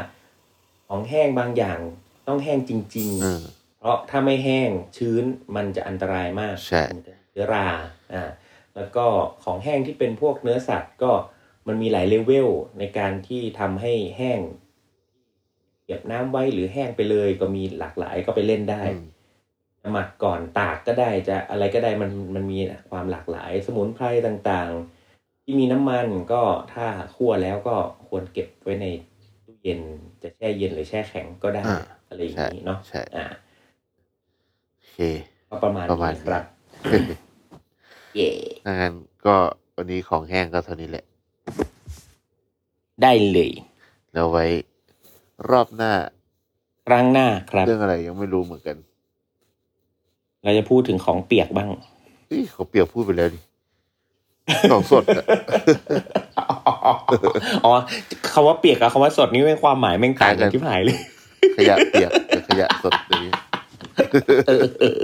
[SPEAKER 3] ของแห้งบางอย่างต้องแห้งจริง
[SPEAKER 4] เอ
[SPEAKER 3] ๆ
[SPEAKER 4] อ
[SPEAKER 3] เพราะถ้าไม่แห้งชื้นมันจะอันตรายมาก
[SPEAKER 4] ใช่
[SPEAKER 3] มันจะเชื้อราอ่าแล้วก็ของแห้งที่เป็นพวกเนื้อสัตว์ก็มันมีหลายเลเวลในการที่ทำให้แห้งเก็บน้ำไว้หรือแห้งไปเลยก็มีหลากหลายก็ไปเล่นได้
[SPEAKER 4] อืม
[SPEAKER 3] หมักก่อนตากก็ได้จะอะไรก็ได้มันมันมีความหลากหลาย สมุนไพรต่างๆ ที่มีน้ำมันก็ถ้าคั่วแล้วก็ควรเก็บไว้ในตู้เย็นจะแช่เย็นหรือแช่แข็งก็ได้
[SPEAKER 4] อ่า
[SPEAKER 3] อะไรอย่างนี้เนาะ
[SPEAKER 4] ใช่
[SPEAKER 3] อ่า
[SPEAKER 4] โอเค
[SPEAKER 3] ก็ประมาณ
[SPEAKER 4] ประมาณ
[SPEAKER 3] นี้ครับเย่
[SPEAKER 4] ถ้างั้นก็วันนี้ของแห้งก็เท่านี้แหละ
[SPEAKER 3] ได้เลย
[SPEAKER 4] แล้วไว้รอบหน้า
[SPEAKER 3] ครั้งหน้าครับ
[SPEAKER 4] เรื่องอะไรยังไม่รู้เหมือนกัน
[SPEAKER 3] เราจะพูดถึงของเปียกบ้าง
[SPEAKER 4] เฮ้ยเขาเปรียบพูดไปแล้วนี่ ของสด อะ
[SPEAKER 3] อ๋อคำว่าเปียกกับคำว่าสดนี่เป็นความหมายแม่งต่างกันที่หายเลย
[SPEAKER 4] ขยะเปียกกับขยะสดเดี๋ยวนี้
[SPEAKER 3] เออเออ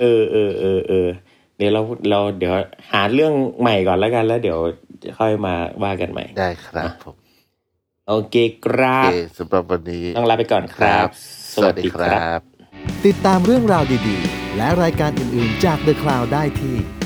[SPEAKER 3] เออเออเดี๋ยวเราเราเดี๋ยวหาเรื่องใหม่ก่อนแล้วกันแล้วเดี๋ยวค่อยมาว่ากันใหม่
[SPEAKER 4] ได้ครับผม
[SPEAKER 3] โอเคค
[SPEAKER 4] โอ
[SPEAKER 3] รั
[SPEAKER 4] เค
[SPEAKER 3] บ
[SPEAKER 4] สำหรับวันนี้
[SPEAKER 3] ต้องลาไปก่อนครับ
[SPEAKER 4] สวัสดีครับ
[SPEAKER 1] ติดตามเรื่องราวดีๆ และรายการอื่นๆจาก The Cloud ได้ที่